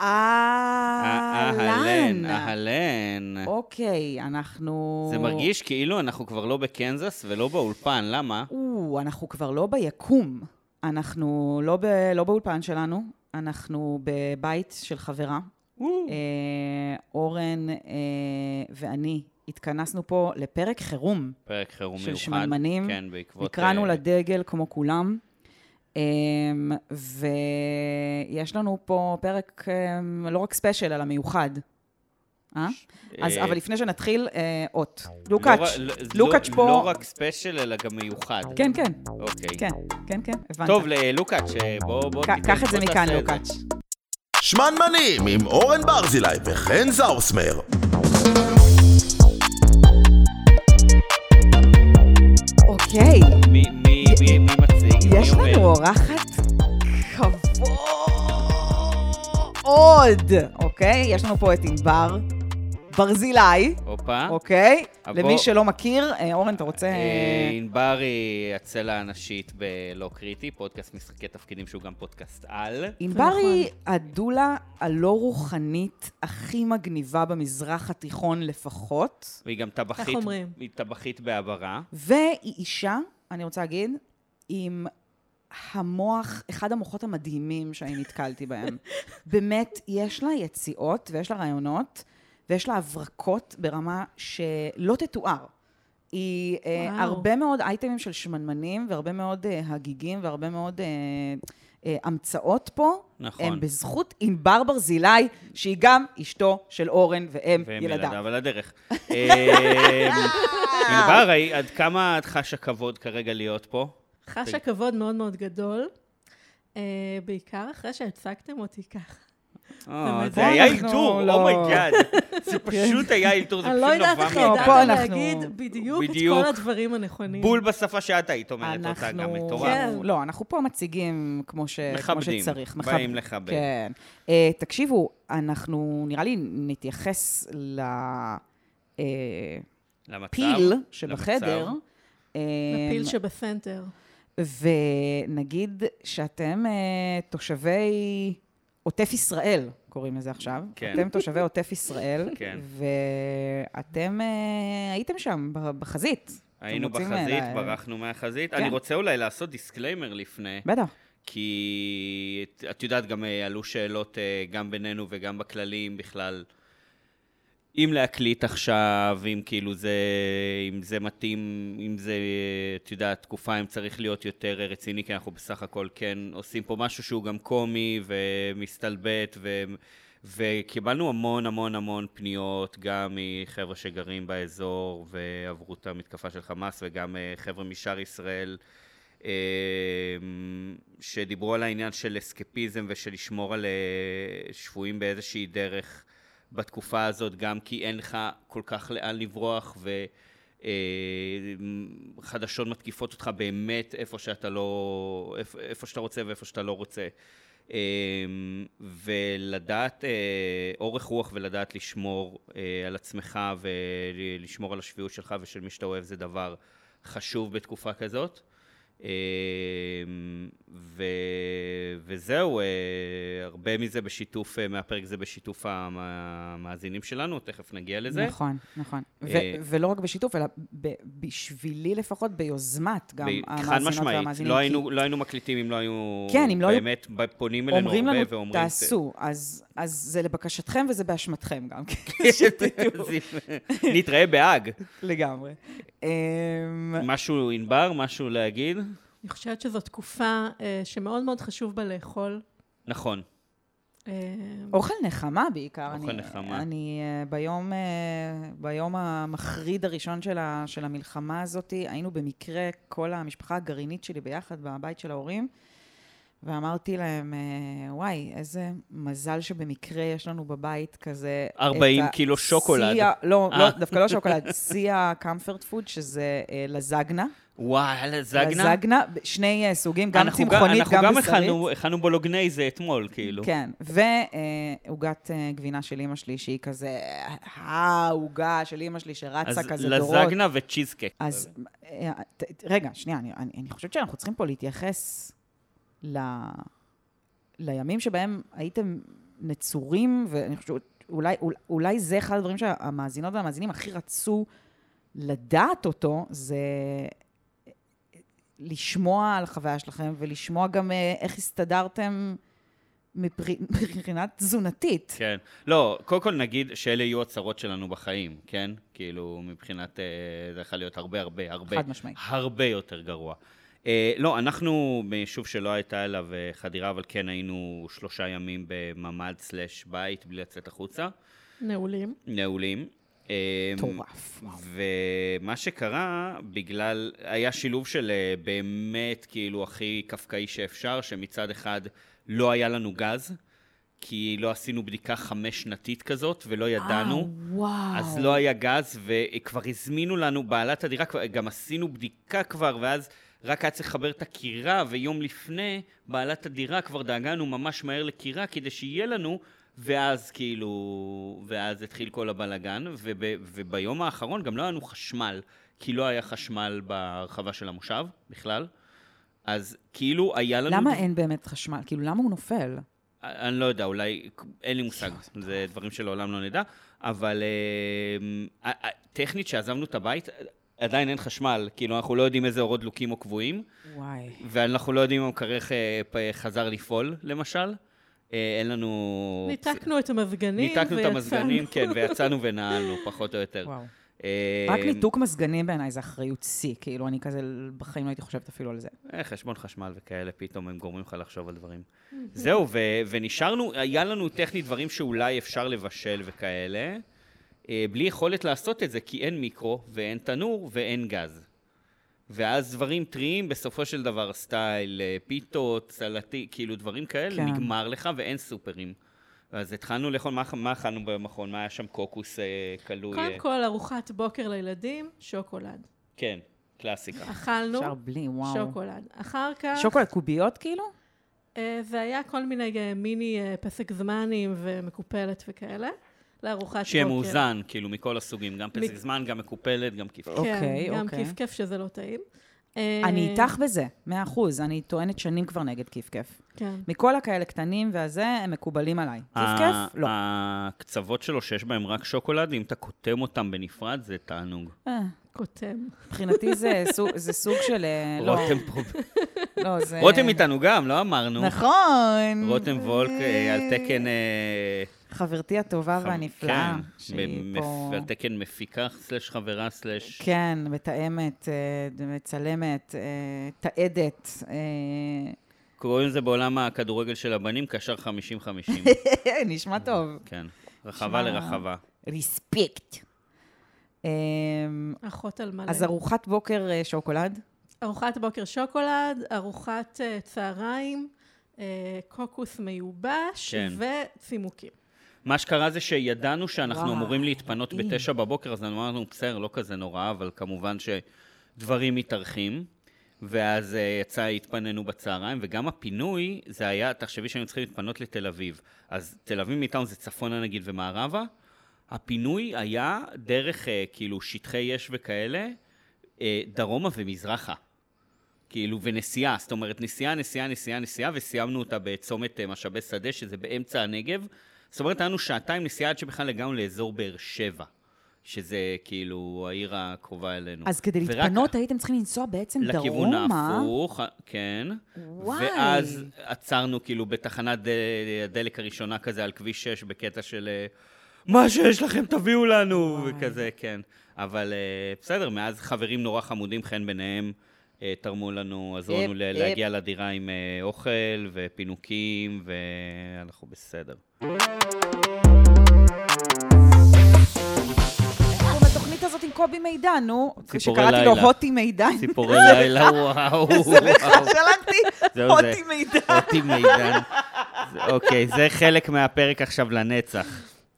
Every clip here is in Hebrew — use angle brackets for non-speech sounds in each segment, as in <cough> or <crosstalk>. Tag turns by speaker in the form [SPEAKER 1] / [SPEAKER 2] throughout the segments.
[SPEAKER 1] אהלן.
[SPEAKER 2] אה, אהלן, אהלן.
[SPEAKER 1] אוקיי, אנחנו...
[SPEAKER 2] זה מרגיש כאילו אנחנו כבר לא בקנזס ולא באולפן, למה?
[SPEAKER 1] או, אנחנו כבר לא ביקום. אנחנו לא, ב... לא באולפן שלנו, אנחנו בבית של חברה. אה, אורן אה, ואני התכנסנו פה לפרק חירום.
[SPEAKER 2] פרק חירום
[SPEAKER 1] של
[SPEAKER 2] מיוחד.
[SPEAKER 1] שמנמנים.
[SPEAKER 2] כן, בעקבות...
[SPEAKER 1] נקראנו
[SPEAKER 2] אה,
[SPEAKER 1] לדגל כמו כולם, אה, ויש לנו פה פרק אה, לא רק ספיישל, אלא מיוחד. אה? אז,
[SPEAKER 2] אה,
[SPEAKER 1] אבל לפני שנתחיל, אה, אות.
[SPEAKER 2] לא
[SPEAKER 1] לוקאץ',
[SPEAKER 2] ר- לא-
[SPEAKER 1] לוקאץ'
[SPEAKER 2] לא-
[SPEAKER 1] פה.
[SPEAKER 2] לא רק ספיישל, אלא גם מיוחד.
[SPEAKER 1] כן, כן,
[SPEAKER 2] אוקיי.
[SPEAKER 1] כן, כן, כן, הבנת.
[SPEAKER 2] טוב, ללוקאץ', אה, בוא... בוא
[SPEAKER 1] ק-
[SPEAKER 2] תיתן-
[SPEAKER 1] קח את זה
[SPEAKER 2] בוא
[SPEAKER 1] מכאן,
[SPEAKER 2] תעשה את זה.
[SPEAKER 1] לוקאץ'.
[SPEAKER 3] שמנמנים עם אורן ברזילי וחן זאוסמר.
[SPEAKER 1] אוקיי,
[SPEAKER 2] מי מי- מי- מי מציג?
[SPEAKER 1] יש
[SPEAKER 2] מי
[SPEAKER 1] לנו
[SPEAKER 2] אומר?
[SPEAKER 1] אורחת כבוד. אוקיי, יש לנו פה את ענבר ברזילי.
[SPEAKER 2] הופה. אה,
[SPEAKER 1] אוקיי?
[SPEAKER 2] אבל-
[SPEAKER 1] למי שלא מכיר, אה, אורן, אתה רוצה...
[SPEAKER 2] אה,
[SPEAKER 1] אוקיי.
[SPEAKER 2] ענבר היא הצלע הנשית בלא קריטי, פודקאסט משחקי תפקידים שהוא גם פודקאסט על.
[SPEAKER 1] ענבר
[SPEAKER 4] נכון.
[SPEAKER 1] היא הדולה הלא רוחנית הכי מגניבה במזרח התיכון לפחות,
[SPEAKER 2] והיא גם טבחית,
[SPEAKER 4] איך אומרים?
[SPEAKER 2] היא טבחית בעברה.
[SPEAKER 1] והיא אישה, אני רוצה להגיד, עם המוח, אחד המוחות המדהימים שאני נתקלתי בהם. באמת, יש לה יציאות ויש לה רעיונות, ויש לה הברקות ברמה שלא תתואר. היא אה,
[SPEAKER 4] וואו.
[SPEAKER 1] הרבה מאוד אייטמים של שמנמנים, והרבה מאוד אה, הגיגים, והרבה מאוד אה, אה, המצאות פה.
[SPEAKER 2] נכון.
[SPEAKER 1] הם בזכות ענבר ברזילי, שהיא גם אשתו של אורן ואם
[SPEAKER 2] והם
[SPEAKER 1] ילדיו.
[SPEAKER 2] ילדיו על
[SPEAKER 1] <laughs>
[SPEAKER 2] הדרך. אה, ענבר, הי- עד כמה את חשה כבוד כרגע להיות פה?
[SPEAKER 4] חשה כבוד מאוד מאוד גדול, אה, בעיקר אחרי שהצגתם אותי ככה.
[SPEAKER 2] אה,
[SPEAKER 4] באמת.
[SPEAKER 2] זה
[SPEAKER 4] פה
[SPEAKER 2] היה
[SPEAKER 1] אנחנו
[SPEAKER 2] אלתור,
[SPEAKER 1] לא- כן.
[SPEAKER 2] אומייגאד. זה פשוט היה אלתור, זה
[SPEAKER 4] אני
[SPEAKER 2] פשוט
[SPEAKER 4] לא
[SPEAKER 2] נבע
[SPEAKER 4] יודעת איך
[SPEAKER 1] לא,
[SPEAKER 2] מדעת.
[SPEAKER 4] ידעת
[SPEAKER 1] פה אנחנו-
[SPEAKER 4] להגיד בדיוק את
[SPEAKER 2] בדיוק.
[SPEAKER 4] כל הדברים הנכונים.
[SPEAKER 2] בול בשפה שאת היית אומרת אותה, גם
[SPEAKER 1] אנחנו...
[SPEAKER 2] מטורף.
[SPEAKER 4] כן.
[SPEAKER 1] לא, אנחנו פה מציגים כמו, ש... כמו
[SPEAKER 2] מכבדים,
[SPEAKER 1] שצריך.
[SPEAKER 2] באים לכבד.
[SPEAKER 1] כן. אה, תקשיבו, אנחנו נראה לי נתייחס ל... אה,
[SPEAKER 2] למצב,
[SPEAKER 1] פיל
[SPEAKER 2] למצב.
[SPEAKER 1] שבחדר, אה,
[SPEAKER 4] לפיל שבסנטר.
[SPEAKER 1] ונגיד שאתם אה, תושבי עוטף ישראל, קוראים לזה עכשיו.
[SPEAKER 2] כן.
[SPEAKER 1] אתם תושבי עוטף ישראל,
[SPEAKER 2] <laughs> כן.
[SPEAKER 1] ואתם אה, הייתם שם, ב- בחזית. אתם
[SPEAKER 2] היינו
[SPEAKER 1] רוצים, אה,
[SPEAKER 2] בחזית,
[SPEAKER 1] לה-
[SPEAKER 2] ברחנו מהחזית.
[SPEAKER 1] כן.
[SPEAKER 2] אני רוצה אולי לעשות דיסקליימר לפני,
[SPEAKER 1] בטח.
[SPEAKER 2] כי את- את יודעת, גם אה, עלו שאלות אה, גם בינינו וגם בכללים בכלל. אם להקליט עכשיו, אם כאילו זה, אם זה מתאים, אם זה, את יודעת, תקופה, אם צריך להיות יותר אה, רציני, כי אנחנו בסך הכל כן עושים פה משהו שהוא גם קומי ומסתלבט, ו, וקיבלנו המון המון המון פניות, גם מחבר'ה שגרים באזור ועברו את המתקפה של חמאס, וגם אה, חבר'ה משאר ישראל. אה, שדיברו על העניין של אסקפיזם ושל לשמור על אה, שבויים באיזושהי דרך בתקופה הזאת, גם כי אין לך כל כך לאן לברוח, וחדשות מתקיפות אותך באמת איפה שאתה לא... איפ- איפה שאתה רוצה ואיפה שאתה לא רוצה. אה, ולדעת אה, אורך רוח ולדעת לשמור אה, על עצמך ולשמור על השפיות שלך ושל מי שאתה אוהב זה דבר חשוב בתקופה כזאת. אמ, ו... וזהו, אה, הרבה מזה בשיתוף, אה, מהפרק זה בשיתוף המ- המאזינים שלנו, תכף נגיע לזה.
[SPEAKER 1] נכון, נכון. ו-
[SPEAKER 2] אה,
[SPEAKER 1] ולא רק בשיתוף, אלא ב- בשבילי לפחות, ביוזמת גם
[SPEAKER 2] ב- חד
[SPEAKER 1] המאזינות
[SPEAKER 2] משמעית,
[SPEAKER 1] והמאזינים.
[SPEAKER 2] לא
[SPEAKER 1] כי
[SPEAKER 2] היינו, לא היינו מקליטים אם לא היו...
[SPEAKER 1] כן, אם לא היו-
[SPEAKER 2] באמת, היו... באמת פונים אלינו
[SPEAKER 1] אומרים
[SPEAKER 2] הרבה
[SPEAKER 1] לנו,
[SPEAKER 2] ואומרים...
[SPEAKER 1] תעשו, אז אז זה לבקשתכם וזה באשמתכם גם,
[SPEAKER 2] <laughs>
[SPEAKER 1] כן, <laughs>
[SPEAKER 2] "ת- נתראה בהאג.
[SPEAKER 1] לגמרי. אמ,
[SPEAKER 2] משהו ענבר, משהו להגיד?
[SPEAKER 4] אני חושבת שזו תקופה אה, שמאוד מאוד חשוב בה לאכול.
[SPEAKER 2] נכון.
[SPEAKER 4] אה,
[SPEAKER 1] אוכל נחמה בעיקר.
[SPEAKER 2] אוכל
[SPEAKER 1] אני-
[SPEAKER 2] נחמה.
[SPEAKER 1] אני אה, ביום, אה, ביום המחריד הראשון של, ה, של המלחמה הזאת, היינו במקרה, כל המשפחה הגרעינית שלי ביחד בבית של ההורים, ואמרתי להם, אה, וואי, איזה מזל שבמקרה יש לנו בבית כזה...
[SPEAKER 2] 40
[SPEAKER 1] את ה-
[SPEAKER 2] קילו שוקולד."
[SPEAKER 1] שיא ה- לא, לא,
[SPEAKER 2] אה.
[SPEAKER 1] דווקא
[SPEAKER 2] <laughs>
[SPEAKER 1] לא שוקולד, שיא ה-comfort food, שזה אה, לזגנה.
[SPEAKER 2] וואי, יאללה, זגנה?
[SPEAKER 1] לזגנה, ב- שני אה, סוגים, גם
[SPEAKER 2] אנחנו
[SPEAKER 1] צמחונית, גם
[SPEAKER 2] אנחנו גם
[SPEAKER 1] בשרית.
[SPEAKER 2] הכנו- הכנו בולוגנייזה אתמול, כאילו.
[SPEAKER 1] כן, ועוגת אה, גבינה של אימא שלי, שהיא כזה העוגה של אימא שלי שרצה כזה דורות.
[SPEAKER 2] אז לזגנה וצ'יזקק.
[SPEAKER 1] אז אה, ת- ת- רגע, שנייה, אני- אני אני חושבת שאנחנו צריכים פה להתייחס ל- לימים שבהם הייתם נצורים, ואני חושבת, אולי, אול- אולי זה אחד הדברים שהמאזינות והמאזינים הכי רצו לדעת אותו, זה אה, לשמוע על החוויה שלכם ולשמוע גם אה, איך הסתדרתם מפר- <laughs> מבחינה תזונתית.
[SPEAKER 2] כן. לא, קודם כל נגיד שאלה יהיו הצרות שלנו בחיים, כן? כאילו, מבחינת... אה, זה יכול להיות הרבה הרבה הרבה.
[SPEAKER 1] חד משמעית.
[SPEAKER 2] הרבה יותר גרוע. אה, לא, אנחנו ביישוב שלא הייתה אליו אה, חדירה, אבל כן היינו שלושה ימים בממ"ד סלאש בית בלי לצאת החוצה.
[SPEAKER 4] נעולים.
[SPEAKER 2] נעולים. אה,
[SPEAKER 1] מטורף. וואו.
[SPEAKER 2] ומה שקרה, בגלל, היה שילוב של אה, באמת כאילו הכי קפקאי שאפשר, שמצד אחד לא היה לנו גז, כי לא עשינו בדיקה חמש שנתית כזאת ולא ידענו.
[SPEAKER 1] אה, וואו.
[SPEAKER 2] אז לא היה גז, וכבר הזמינו לנו בעלת הדירה, כבר- גם עשינו בדיקה כבר, ואז רק היה צריך לחבר את הקירה, ויום לפני בעלת הדירה כבר דאגנו ממש מהר לקירה כדי שיהיה לנו, ואז כאילו, ואז התחיל כל הבלגן, וב, וביום האחרון גם לא היה לנו חשמל, כי לא היה חשמל בהרחבה של המושב בכלל. אז כאילו היה לנו...
[SPEAKER 1] למה אין באמת חשמל? כאילו, למה הוא נופל?
[SPEAKER 2] אני לא יודע, אולי, אין לי מושג, זה דברים שלעולם לא נדע, אבל אה, אה, אה, טכנית שעזבנו את הבית, אה, עדיין אין חשמל, כאילו אנחנו לא יודעים איזה אורות דלוקים או קבועים,
[SPEAKER 1] וואי.
[SPEAKER 2] ואנחנו לא יודעים אם המקרר אה, פ- חזר לפעול, למשל. אה, אין לנו...
[SPEAKER 4] ניתקנו את המזגנים
[SPEAKER 2] ניתקנו את
[SPEAKER 4] ויצאנו.
[SPEAKER 2] המזגנים, כן, ויצאנו ונעלנו, פחות או יותר.
[SPEAKER 1] וואו.
[SPEAKER 2] אה,
[SPEAKER 1] רק ניתוק מזגנים בעיניי זה אחריות שיא, כאילו, אני כזה בחיים לא הייתי חושבת אפילו על זה.
[SPEAKER 2] אה, חשבון חשמל וכאלה, פתאום הם גורמים לך לחשוב על דברים. זהו, ו- ונשארנו, היה לנו טכנית דברים שאולי אפשר לבשל וכאלה, אה, בלי יכולת לעשות את זה, כי אין מיקרו, ואין תנור, ואין גז. ואז דברים טריים, בסופו של דבר, סטייל, אה, פיתות, סלטי, כאילו דברים כאלה,
[SPEAKER 1] כן.
[SPEAKER 2] כן. נגמר לך ואין סופרים. אז התחלנו לאכול, מה, מה אכלנו במכון? מה היה שם קוקוס אה, כלוי? אה,
[SPEAKER 4] קודם כל, ארוחת בוקר לילדים, שוקולד.
[SPEAKER 2] כן, קלאסיקה.
[SPEAKER 4] אכלנו
[SPEAKER 1] אפשר בלי, וואו.
[SPEAKER 4] שוקולד. אחר כך,
[SPEAKER 1] שוקולד קוביות כאילו?
[SPEAKER 4] אה, זה היה כל מיני אה, מיני אה, פסק זמנים ומקופלת וכאלה, לארוחת בוקר.
[SPEAKER 2] שיהיה מאוזן, כאילו, מכל הסוגים, גם פסק
[SPEAKER 4] מ-
[SPEAKER 2] זמן, גם מקופלת, גם כיפה.
[SPEAKER 1] אוקיי,
[SPEAKER 4] כן, גם
[SPEAKER 1] אוקיי.
[SPEAKER 4] כיף-כיף שזה לא טעים.
[SPEAKER 1] אני
[SPEAKER 2] אמ,
[SPEAKER 4] אה,
[SPEAKER 1] איתך בזה, מאה אחוז. אני טוענת שנים כבר נגד כיף כיף.
[SPEAKER 4] כן.
[SPEAKER 1] מכל הכאלה קטנים והזה, הם מקובלים עליי.
[SPEAKER 2] אה.
[SPEAKER 1] כיף כיף? לא.
[SPEAKER 2] הקצוות שלו שיש בהם רק שוקולד, אם אתה קוטם אותם בנפרד, זה תענוג.
[SPEAKER 1] אה,
[SPEAKER 4] קוטם.
[SPEAKER 1] מבחינתי זה <laughs> סוג- זה סוג של... <laughs> אה, לא,
[SPEAKER 2] רותם פה-
[SPEAKER 1] לא, זה...
[SPEAKER 2] רותם איתנו גם, לא אמרנו.
[SPEAKER 1] נכון.
[SPEAKER 2] רותם וולק אה, על תקן... אה,
[SPEAKER 1] חברתי הטובה והנפלאה.
[SPEAKER 2] כן,
[SPEAKER 1] שהיא
[SPEAKER 2] במפ-
[SPEAKER 1] פה-
[SPEAKER 2] על תקן מפיקה, סלש חברה, סלש...
[SPEAKER 1] כן, מתאמת, אה, מצלמת, אה, תעדת. אה,
[SPEAKER 2] קוראים לזה בעולם הכדורגל של הבנים, קשר 50-50.
[SPEAKER 1] <laughs> נשמע טוב.
[SPEAKER 2] כן. רחבה
[SPEAKER 1] שמע,
[SPEAKER 2] לרחבה.
[SPEAKER 1] ריספקט. אמ,
[SPEAKER 4] אחות על מלא.
[SPEAKER 1] אז ארוחת בוקר אה, שוקולד?
[SPEAKER 4] ארוחת בוקר שוקולד, ארוחת אה, צהריים, אה, קוקוס מיובש
[SPEAKER 2] כן.
[SPEAKER 4] וצימוקים.
[SPEAKER 2] מה שקרה זה שידענו שאנחנו
[SPEAKER 1] וואי,
[SPEAKER 2] אמורים להתפנות
[SPEAKER 1] מדהים.
[SPEAKER 2] בתשע בבוקר, אז אמרנו, בסדר, לא כזה נורא, אבל כמובן שדברים מתארחים. ואז אה, יצא, התפנינו בצהריים, וגם הפינוי, זה היה, תחשבי שהיינו צריכים להתפנות לתל אביב. אז תל אביב מאיתנו זה צפונה נגיד ומערבה. הפינוי היה דרך אה, כאילו שטחי אש וכאלה, אה, דרומה ומזרחה. כאילו, ונסיעה, זאת אומרת, נסיעה, נסיעה, נסיעה, נסיעה, וסיימנו אותה בצומת אה, משאבי שדה, שזה באמצע הנגב. זאת אומרת, היה לנו שעתיים נסיעה עד שבכלל הגענו לאזור באר שבע, שזה כאילו העיר הקרובה אלינו.
[SPEAKER 1] אז כדי
[SPEAKER 2] ורק
[SPEAKER 1] להתפנות הייתם צריכים לנסוע בעצם דרומה.
[SPEAKER 2] לכיוון ההפוך, כן.
[SPEAKER 1] וואי.
[SPEAKER 2] ואז עצרנו כאילו בתחנת ד- הדלק הראשונה כזה על כביש 6 בקטע של אה, מה שיש לכם תביאו לנו, וכזה, כן. אבל אה, בסדר, מאז חברים נורא חמודים, חן ביניהם, אה, תרמו לנו, עזרו
[SPEAKER 1] אה,
[SPEAKER 2] לנו
[SPEAKER 1] אה.
[SPEAKER 2] ל- להגיע לדירה עם אה, אוכל ופינוקים, ואנחנו
[SPEAKER 1] <laughs>
[SPEAKER 2] בסדר.
[SPEAKER 1] אנחנו בתוכנית אה, הזאת עם קובי מידע, נו.
[SPEAKER 2] ציפורי
[SPEAKER 1] שקראתי לו
[SPEAKER 2] לילה.
[SPEAKER 1] הוטי מידע.
[SPEAKER 2] סיפורי לילה, וואו. וואו.
[SPEAKER 1] <laughs> שלחתי
[SPEAKER 2] זהו, זה.
[SPEAKER 1] הוטי מידע.
[SPEAKER 2] אותי מידן. זה- אוקיי, זה חלק מהפרק עכשיו לנצח.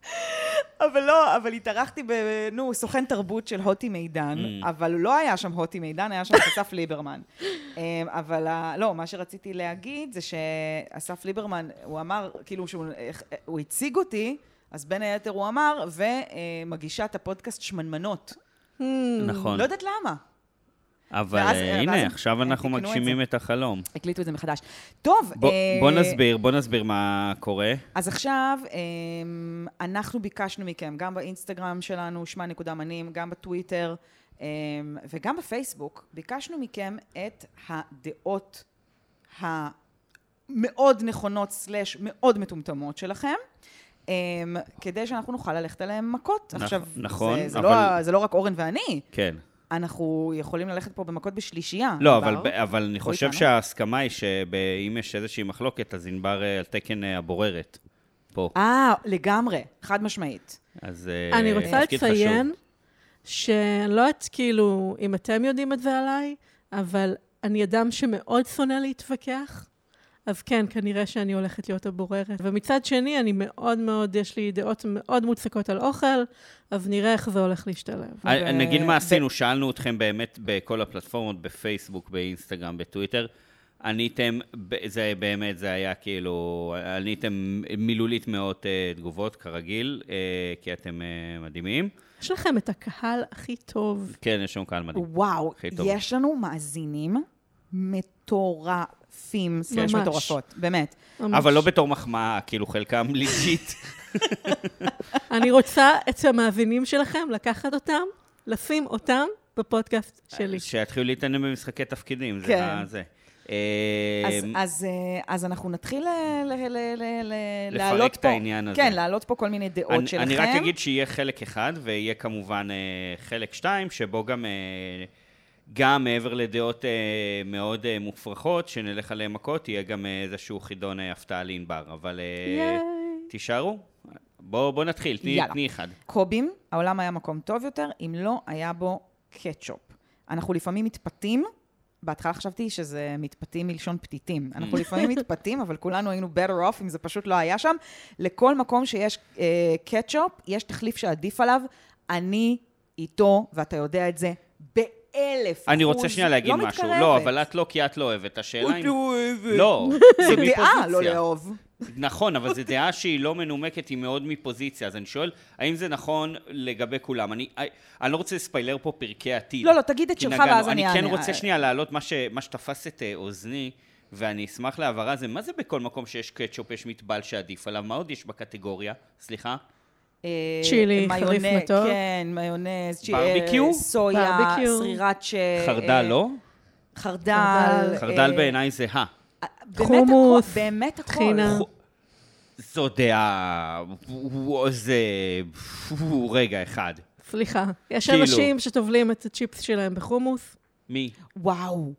[SPEAKER 1] Mm, אבל לא, אבל התארחתי ב... נו, סוכן תרבות של הוטי מידן,
[SPEAKER 2] Mm.
[SPEAKER 1] אבל לא היה שם הוטי מידן, היה שם אסף ליברמן. אמ, אבל ה- לא, מה שרציתי להגיד זה שאסף ליברמן, הוא אמר, כאילו, שהוא הוא הציג אותי, אז בין היתר הוא אמר, ומגישת הפודקאסט שמנמנות.
[SPEAKER 2] נכון.
[SPEAKER 1] לא יודעת למה.
[SPEAKER 2] אבל
[SPEAKER 1] ואז-
[SPEAKER 2] אה,
[SPEAKER 1] ואז
[SPEAKER 2] הנה,
[SPEAKER 1] הם-
[SPEAKER 2] עכשיו
[SPEAKER 1] הם
[SPEAKER 2] אנחנו
[SPEAKER 1] תיקנו את
[SPEAKER 2] מגשימים
[SPEAKER 1] זה.
[SPEAKER 2] את החלום.
[SPEAKER 1] הקליטו את זה מחדש. טוב,
[SPEAKER 2] בוא-
[SPEAKER 1] אה,
[SPEAKER 2] בוא נסביר, בוא נסביר מה קורה.
[SPEAKER 1] אז עכשיו, אמ, אנחנו ביקשנו מכם, גם באינסטגרם שלנו, שמע נקודה מנים, גם בטוויטר אמ, וגם בפייסבוק, ביקשנו מכם את הדעות המאוד נכונות, סלאש מאוד מטומטמות שלכם. אמ, כדי שאנחנו נוכל ללכת עליהם מכות.
[SPEAKER 2] נכ-
[SPEAKER 1] עכשיו,
[SPEAKER 2] נכון,
[SPEAKER 1] זה, זה,
[SPEAKER 2] אבל-
[SPEAKER 1] לא, ה- זה לא רק אורן ואני,
[SPEAKER 2] כן.
[SPEAKER 1] אנחנו יכולים ללכת פה במכות בשלישייה.
[SPEAKER 2] לא, אבל,
[SPEAKER 1] ענבר.
[SPEAKER 2] ב- אבל אני
[SPEAKER 1] אה, בוא
[SPEAKER 2] חושב
[SPEAKER 1] איתנו.
[SPEAKER 2] שההסכמה היא שאם יש איזושהי מחלוקת, אז ענבר אה, על תקן אה, הבוררת. פה.
[SPEAKER 1] אה, לגמרי, חד משמעית.
[SPEAKER 2] אז אה,
[SPEAKER 4] אני רוצה
[SPEAKER 2] תפקיד חשוב.
[SPEAKER 4] לציין, שאני לא יודעת כאילו אם אתם יודעים את זה עליי, אבל אני אדם שמאוד שונא להתווכח, אז כן, כנראה שאני הולכת להיות הבוררת. ומצד שני, אני מאוד מאוד, יש לי דעות מאוד מוצקות על אוכל, אז נראה איך זה הולך להשתלב.
[SPEAKER 2] ו...
[SPEAKER 1] ו-
[SPEAKER 2] אה, נגיד מה
[SPEAKER 1] ו-
[SPEAKER 2] עשינו, שאלנו אתכם באמת בכל הפלטפורמות, בפייסבוק, באינסטגרם, בטוויטר. עניתם, ב- זה באמת, זה היה כאילו, עניתם מילולית מאות אה, תגובות, כרגיל, אה, כי אתם אה, מדהימים.
[SPEAKER 4] יש לכם את הקהל הכי טוב.
[SPEAKER 2] כן, יש לנו קהל מדהים.
[SPEAKER 1] וואו,
[SPEAKER 2] הכי טוב.
[SPEAKER 1] יש לנו מאזינים מטורפים, סלש
[SPEAKER 2] כן,
[SPEAKER 4] ממש.
[SPEAKER 1] מטורפות, באמת.
[SPEAKER 4] ממש.
[SPEAKER 2] אבל לא בתור מחמאה, כאילו חלקם ליג'יט.
[SPEAKER 1] <laughs>
[SPEAKER 4] אני רוצה את המאזינים שלכם, לקחת אותם, לשים אותם בפודקאסט
[SPEAKER 2] אה,
[SPEAKER 4] שלי.
[SPEAKER 2] שיתחילו להתעניין במשחקי תפקידים,
[SPEAKER 1] כן.
[SPEAKER 2] זה ה- זה.
[SPEAKER 1] אז,
[SPEAKER 2] אמ,
[SPEAKER 1] אז, אה, אז אנחנו נתחיל אה, ל- ל- ל- ל- ל-
[SPEAKER 2] לפרק
[SPEAKER 1] להעלות
[SPEAKER 2] את
[SPEAKER 1] פה...
[SPEAKER 2] העניין הזה.
[SPEAKER 1] כן, להעלות פה כל מיני דעות
[SPEAKER 2] אני-
[SPEAKER 1] שלכם.
[SPEAKER 2] אני רק אגיד שיהיה חלק אחד, ויהיה כמובן אה, חלק שתיים, שבו גם, אה, גם מעבר לדעות אה, מאוד אה, מופרכות, שנלך עליהן מכות, יהיה גם אה, איזשהו חידון אה, הפתעה לענבר. אבל אה,
[SPEAKER 4] ייי.
[SPEAKER 2] תישארו. בואו בוא נתחיל, תני,
[SPEAKER 1] יאללה.
[SPEAKER 2] תני אחד.
[SPEAKER 1] קובים, העולם היה מקום טוב יותר, אם לא היה בו קטשופ. אנחנו לפעמים מתפתים, בהתחלה חשבתי שזה מתפתים מלשון פתיתים.
[SPEAKER 2] Mm.
[SPEAKER 1] אנחנו
[SPEAKER 2] <laughs>
[SPEAKER 1] לפעמים מתפתים, אבל כולנו היינו better off אם זה פשוט לא היה שם. לכל מקום שיש אה, קטשופ, יש תחליף שעדיף עליו. אני איתו, ואתה יודע את זה, באלף אחוז.
[SPEAKER 2] אני רוצה שנייה להגיד
[SPEAKER 1] לא
[SPEAKER 2] משהו.
[SPEAKER 1] מתקרבת.
[SPEAKER 2] לא, אבל את לא, כי את לא אוהבת. השאלה אם...
[SPEAKER 1] לא אוהבת.
[SPEAKER 2] לא,
[SPEAKER 1] זו
[SPEAKER 2] זה
[SPEAKER 1] דעה לא
[SPEAKER 2] מפוזיציה.
[SPEAKER 1] לאהוב.
[SPEAKER 2] נכון, אבל זו דעה שהיא לא מנומקת, היא מאוד מפוזיציה. אז אני שואל, האם זה נכון לגבי כולם? אני, אני, אני לא רוצה לספיילר פה פרקי עתיד.
[SPEAKER 1] לא, לא, תגיד את
[SPEAKER 2] כי
[SPEAKER 1] שלך
[SPEAKER 2] נגענו.
[SPEAKER 1] ואז אני
[SPEAKER 2] אני כן
[SPEAKER 1] אענה.
[SPEAKER 2] רוצה שנייה להעלות מה, ש, מה שתפס את אה, אוזני, ואני אשמח להבהרה, זה מה זה בכל מקום שיש קטשופ, יש מטבל שעדיף עליו? מה עוד יש בקטגוריה? סליחה?
[SPEAKER 1] אה,
[SPEAKER 4] צ'ילי, חריף
[SPEAKER 1] מיונה-
[SPEAKER 4] מתוק.
[SPEAKER 1] כן, מיונז, צ'י-
[SPEAKER 2] ברביקיו?
[SPEAKER 1] אה, סויה,
[SPEAKER 4] ברביקיו.
[SPEAKER 1] סרירצ'ה.
[SPEAKER 2] חרדל,
[SPEAKER 1] אה,
[SPEAKER 2] לא?
[SPEAKER 1] חרדל.
[SPEAKER 2] חרדל
[SPEAKER 1] אה,
[SPEAKER 2] בעיניי זה ה.
[SPEAKER 1] באמת
[SPEAKER 4] חומוס,
[SPEAKER 1] הכל, באמת הכל.
[SPEAKER 4] טחינה.
[SPEAKER 2] זו דעה... וואו, זה... וואו, רגע אחד.
[SPEAKER 4] סליחה. יש
[SPEAKER 2] כאילו.
[SPEAKER 4] אנשים שטובלים את הצ'יפס שלהם בחומוס.
[SPEAKER 2] מי?
[SPEAKER 1] וואו,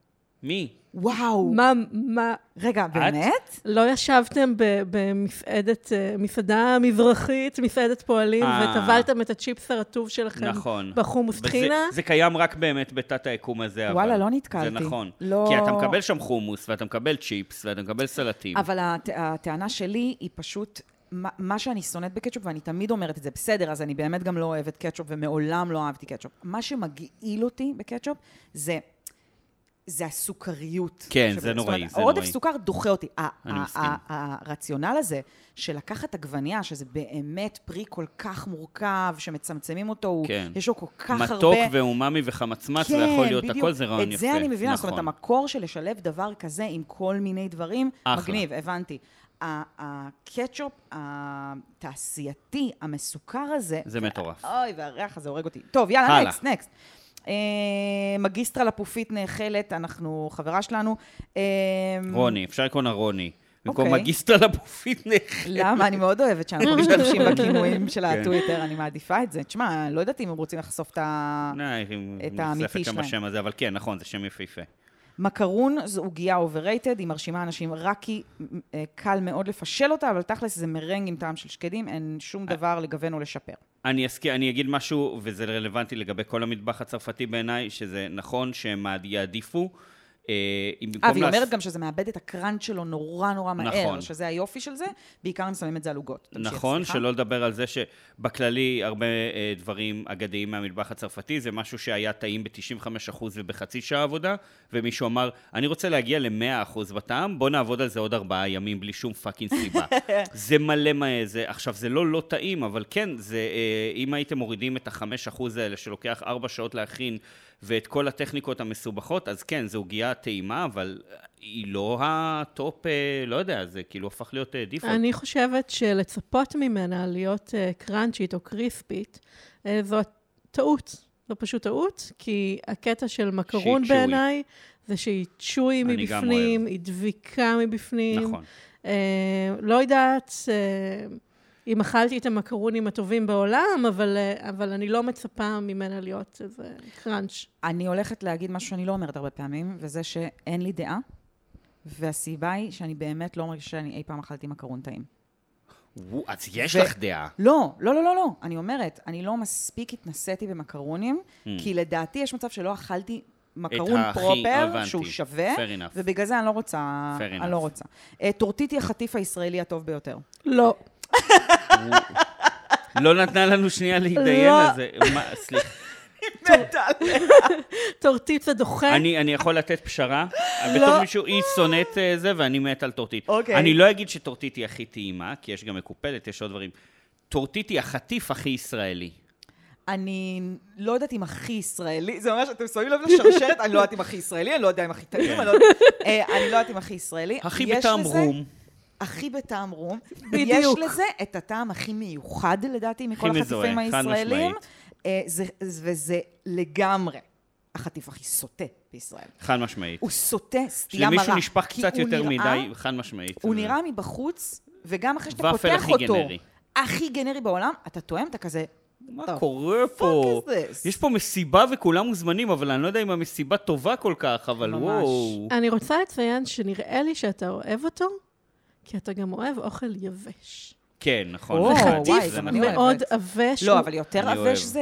[SPEAKER 2] מי?
[SPEAKER 1] וואו.
[SPEAKER 4] מה, מה,
[SPEAKER 1] רגע, באמת?
[SPEAKER 4] לא ישבתם ב- במסעדת, אה, מסעדה מזרחית, מסעדת פועלים,
[SPEAKER 2] אה.
[SPEAKER 4] וטבלתם את הצ'יפס הרטוב שלכם
[SPEAKER 2] נכון.
[SPEAKER 4] בחומוס
[SPEAKER 2] וזה-
[SPEAKER 4] טחינה?
[SPEAKER 2] זה קיים רק באמת בתת היקום הזה, אבל...
[SPEAKER 1] וואלה, לא נתקלתי.
[SPEAKER 2] זה נכון.
[SPEAKER 1] לא-
[SPEAKER 2] כי אתה מקבל שם חומוס, ואתה מקבל צ'יפס, ואתה מקבל סלטים.
[SPEAKER 1] אבל הט- הטענה שלי היא פשוט... מה- מה שאני שונאת בקטשופ, ואני תמיד אומרת את זה, בסדר, אז אני באמת גם לא אוהבת קטשופ, ומעולם לא אהבתי קטשופ. מה שמגעיל אותי בקטשופ, זה... זה הסוכריות.
[SPEAKER 2] כן,
[SPEAKER 1] שבזה.
[SPEAKER 2] זה נוראי,
[SPEAKER 1] זאת
[SPEAKER 2] זה
[SPEAKER 1] אומרת, עודף
[SPEAKER 2] נוראי.
[SPEAKER 1] סוכר דוחה אותי. ה-
[SPEAKER 2] אני
[SPEAKER 1] ה-
[SPEAKER 2] מסכים.
[SPEAKER 1] ה- הרציונל הזה של לקחת עגבנייה, שזה באמת פרי כל כך מורכב, שמצמצמים אותו, הוא-
[SPEAKER 2] כן.
[SPEAKER 1] יש לו כל כך הרבה... כן,
[SPEAKER 2] מתוק ואומאמי וחמצמץ, זה יכול להיות
[SPEAKER 1] בדיוק.
[SPEAKER 2] הכל, זה רעיון יפה.
[SPEAKER 1] את זה אני מבינה, זאת אומרת,
[SPEAKER 2] נכון.
[SPEAKER 1] המקור של לשלב דבר כזה עם כל מיני דברים,
[SPEAKER 2] אחלה.
[SPEAKER 1] מגניב, הבנתי. ה- הקטשופ התעשייתי, המסוכר הזה, אה,
[SPEAKER 2] זה מטורף.
[SPEAKER 1] אוי, והריח הזה הורג אותי. טוב, יאללה,
[SPEAKER 2] הלאה.
[SPEAKER 1] נקסט, נקסט. אה, מגיסטרה לפופית נאכלת, אנחנו, חברה שלנו. אה,
[SPEAKER 2] רוני, אפשר לקרוא לה רוני. במקום
[SPEAKER 1] אוקיי.
[SPEAKER 2] מגיסטרה לפופית נכת. <laughs>
[SPEAKER 1] למה? אני מאוד אוהבת שאנחנו משתמשים בכינויים של
[SPEAKER 2] כן.
[SPEAKER 1] הטוויטר, אני מעדיפה את זה. תשמע, לא יודעת אם הם רוצים לחשוף את ה...
[SPEAKER 2] את
[SPEAKER 1] האמיתי
[SPEAKER 2] שם
[SPEAKER 1] שלהם.
[SPEAKER 2] בשם הזה, אבל כן, נכון, זה שם יפהפה.
[SPEAKER 1] מקרון זו עוגייה אוברייטד, היא מרשימה אנשים רק כי אה, קל מאוד לפשל אותה, אבל תכלס זה מרנג עם טעם של שקדים, אין שום
[SPEAKER 2] אה.
[SPEAKER 1] דבר לגוון או לשפר.
[SPEAKER 2] אני אסכים, אני אגיד משהו, וזה רלוונטי לגבי כל המטבח הצרפתי בעיניי, שזה נכון שהם יעדיפו. אה, אם
[SPEAKER 1] אה,
[SPEAKER 2] במקום
[SPEAKER 1] והיא
[SPEAKER 2] לעשות-
[SPEAKER 1] אומרת גם שזה מאבד את הקראנץ' שלו נורא נורא מהר,
[SPEAKER 2] נכון.
[SPEAKER 1] שזה היופי של זה, בעיקר אם שמים את זה על עוגות. תמשיך,
[SPEAKER 2] נכון,
[SPEAKER 1] סליחה.
[SPEAKER 2] שלא לדבר על זה שבכללי הרבה אה, דברים אגדיים מהמטבח הצרפתי, זה משהו שהיה טעים ב-95% ובחצי שעה עבודה, ומישהו אמר, אני רוצה להגיע ל-100% בטעם, בוא נעבוד על זה עוד ארבעה ימים בלי שום פאקינג סיבה. זה מלא מה... זה, עכשיו, זה לא לא טעים, אבל כן, זה, אה, אם הייתם מורידים את ה-5% האלה שלוקח 4 שעות להכין, ואת כל הטכניקות המסובכות, אז כן, זו עוגייה טעימה, אבל היא לא הטופ, אה, לא יודע, זה כאילו הפך להיות אה, דיפולט.
[SPEAKER 4] אני חושבת שלצפות ממנה להיות אה, קראנצ'ית או קריספית, אה, זו טעות. זו פשוט טעות, כי הקטע של מקרון
[SPEAKER 2] chewy.
[SPEAKER 4] בעיניי, זה שהיא צ'וי
[SPEAKER 2] אני גם
[SPEAKER 4] מבפנים,
[SPEAKER 2] אוהב.
[SPEAKER 4] היא דביקה מבפנים.
[SPEAKER 2] נכון.
[SPEAKER 4] אה, לא יודעת אה, אם אכלתי את המקרונים הטובים בעולם, אבל, אה, אבל אני לא מצפה ממנה להיות איזה קראנץ'.
[SPEAKER 1] אני הולכת להגיד משהו שאני לא אומרת הרבה פעמים, וזה שאין לי דעה, והסיבה היא שאני באמת לא מרגישה שאני אי פעם אכלתי מקרון טעים.
[SPEAKER 2] וואו, אז יש
[SPEAKER 1] ו-
[SPEAKER 2] לך דעה.
[SPEAKER 1] לא, לא, לא, לא, לא. אני אומרת, אני לא מספיק התנסיתי במקרונים, כי לדעתי יש מצב שלא אכלתי מקרון
[SPEAKER 2] Hmm. הכי
[SPEAKER 1] פרופר,
[SPEAKER 2] הבנתי.
[SPEAKER 1] שהוא שווה,
[SPEAKER 2] Fair enough.
[SPEAKER 1] ובגלל זה אני לא רוצה...
[SPEAKER 2] Fair
[SPEAKER 1] אני
[SPEAKER 2] enough.
[SPEAKER 1] לא רוצה. אה, טורטית היא החטיף הישראלי הטוב ביותר.
[SPEAKER 4] לא.
[SPEAKER 2] לא נתנה לנו שנייה להתדיין
[SPEAKER 4] לא.
[SPEAKER 2] על זה. מה, סליחה.
[SPEAKER 4] טורטית זה דוחה.
[SPEAKER 2] אני, אני יכול לתת פשרה? בתור מישהו, היא שונאת אה, זה, ואני מת על טורטית.
[SPEAKER 1] לא. אוקיי.
[SPEAKER 2] אני לא אגיד שטורטית היא הכי טעימה, כי יש גם מקופלת, יש עוד דברים. טורטית היא החטיף הכי ישראלי.
[SPEAKER 1] אני לא יודעת אם הכי ישראלי, זה ממש, אתם שמים לב לשרשרת, אני לא יודעת אם הכי ישראלי, אני לא יודעת אם הכי טעים, אני לא יודעת- אה, אני לא יודעת אם הכי ישראלי.
[SPEAKER 2] כן. הכי
[SPEAKER 1] יש
[SPEAKER 2] בטעם
[SPEAKER 1] לזה-
[SPEAKER 2] רום.
[SPEAKER 1] הכי בטעם רום.
[SPEAKER 4] בדיוק.
[SPEAKER 1] יש לזה את הטעם הכי מיוחד, לדעתי, מכל
[SPEAKER 2] הכי
[SPEAKER 1] החטיפים
[SPEAKER 2] מזוהה, חד
[SPEAKER 1] הישראלים.
[SPEAKER 2] משמעית.
[SPEAKER 1] אה, זה- זה- וזה לגמרי החטיף הכי סוטה בישראל.
[SPEAKER 2] חד משמעית.
[SPEAKER 1] הוא סוטה סטייה מרה.
[SPEAKER 2] למישהו נשפך
[SPEAKER 1] כי
[SPEAKER 2] קצת
[SPEAKER 1] הוא
[SPEAKER 2] יותר
[SPEAKER 1] נראה-
[SPEAKER 2] מדי, חד משמעית.
[SPEAKER 1] הוא
[SPEAKER 2] זה-
[SPEAKER 1] נראה מבחוץ, וגם אחרי שאתה
[SPEAKER 2] ופל
[SPEAKER 1] פותח
[SPEAKER 2] הכי
[SPEAKER 1] אותו,
[SPEAKER 2] גנרי.
[SPEAKER 1] הכי גנרי בעולם, אתה טועם, אתה כזה... "What
[SPEAKER 2] מה
[SPEAKER 1] the
[SPEAKER 2] קורה
[SPEAKER 1] fuck
[SPEAKER 2] פה?
[SPEAKER 1] is this?"
[SPEAKER 2] יש פה מסיבה וכולם מוזמנים, אבל אני לא יודע אם המסיבה טובה כל כך, אבל
[SPEAKER 1] ממש.
[SPEAKER 2] וואו.
[SPEAKER 4] אני רוצה לציין שנראה לי שאתה אוהב אותו, כי אתה גם אוהב אוכל יבש.
[SPEAKER 2] כן,
[SPEAKER 1] או,
[SPEAKER 2] נכון.
[SPEAKER 4] זה
[SPEAKER 2] זה
[SPEAKER 1] וואי,
[SPEAKER 2] נכון,
[SPEAKER 4] חטיף
[SPEAKER 2] זה
[SPEAKER 1] אני
[SPEAKER 2] נכון.
[SPEAKER 1] אוהבת.
[SPEAKER 4] מאוד עבש.
[SPEAKER 1] לא,
[SPEAKER 4] הוא-
[SPEAKER 1] אבל יותר
[SPEAKER 2] אני
[SPEAKER 1] עבש
[SPEAKER 2] אוהב.
[SPEAKER 1] זה...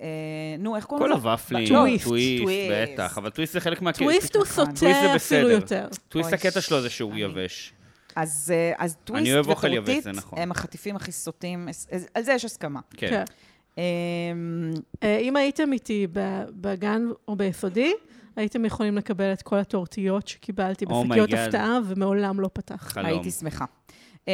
[SPEAKER 1] אה, נו, איך קוראים
[SPEAKER 2] כל
[SPEAKER 1] לזה?
[SPEAKER 2] הוואפלים,
[SPEAKER 4] טוויסט,
[SPEAKER 2] טוויסט, טוויסט,
[SPEAKER 1] טוויסט.
[SPEAKER 2] בטח, אבל טוויסט זה חלק מהקטע.
[SPEAKER 4] טוויסט הוא
[SPEAKER 1] נכון.
[SPEAKER 2] טוויסט זה
[SPEAKER 4] סוטה אפילו
[SPEAKER 2] בסדר.
[SPEAKER 4] יותר.
[SPEAKER 2] טוויסט
[SPEAKER 1] אוי,
[SPEAKER 2] הקטע שלו זה שהוא
[SPEAKER 1] אני-
[SPEAKER 2] יבש.
[SPEAKER 1] אז, אה, אז טוויסט
[SPEAKER 2] אוהב אוכל יבש,
[SPEAKER 1] וטורטית
[SPEAKER 2] זה נכון.
[SPEAKER 1] הם החטיפים הכי סוטים, אז- אז- על זה יש הסכמה.
[SPEAKER 2] כן.
[SPEAKER 1] אמ,
[SPEAKER 4] אה, אם הייתם איתי ב- בגן או ביסודי, הייתם יכולים לקבל את כל הטורטיות שקיבלתי
[SPEAKER 2] Oh my
[SPEAKER 4] בשקיות
[SPEAKER 2] God.
[SPEAKER 4] הפתעה, ומעולם לא פתח.
[SPEAKER 2] חלום.
[SPEAKER 1] הייתי שמחה. אמ,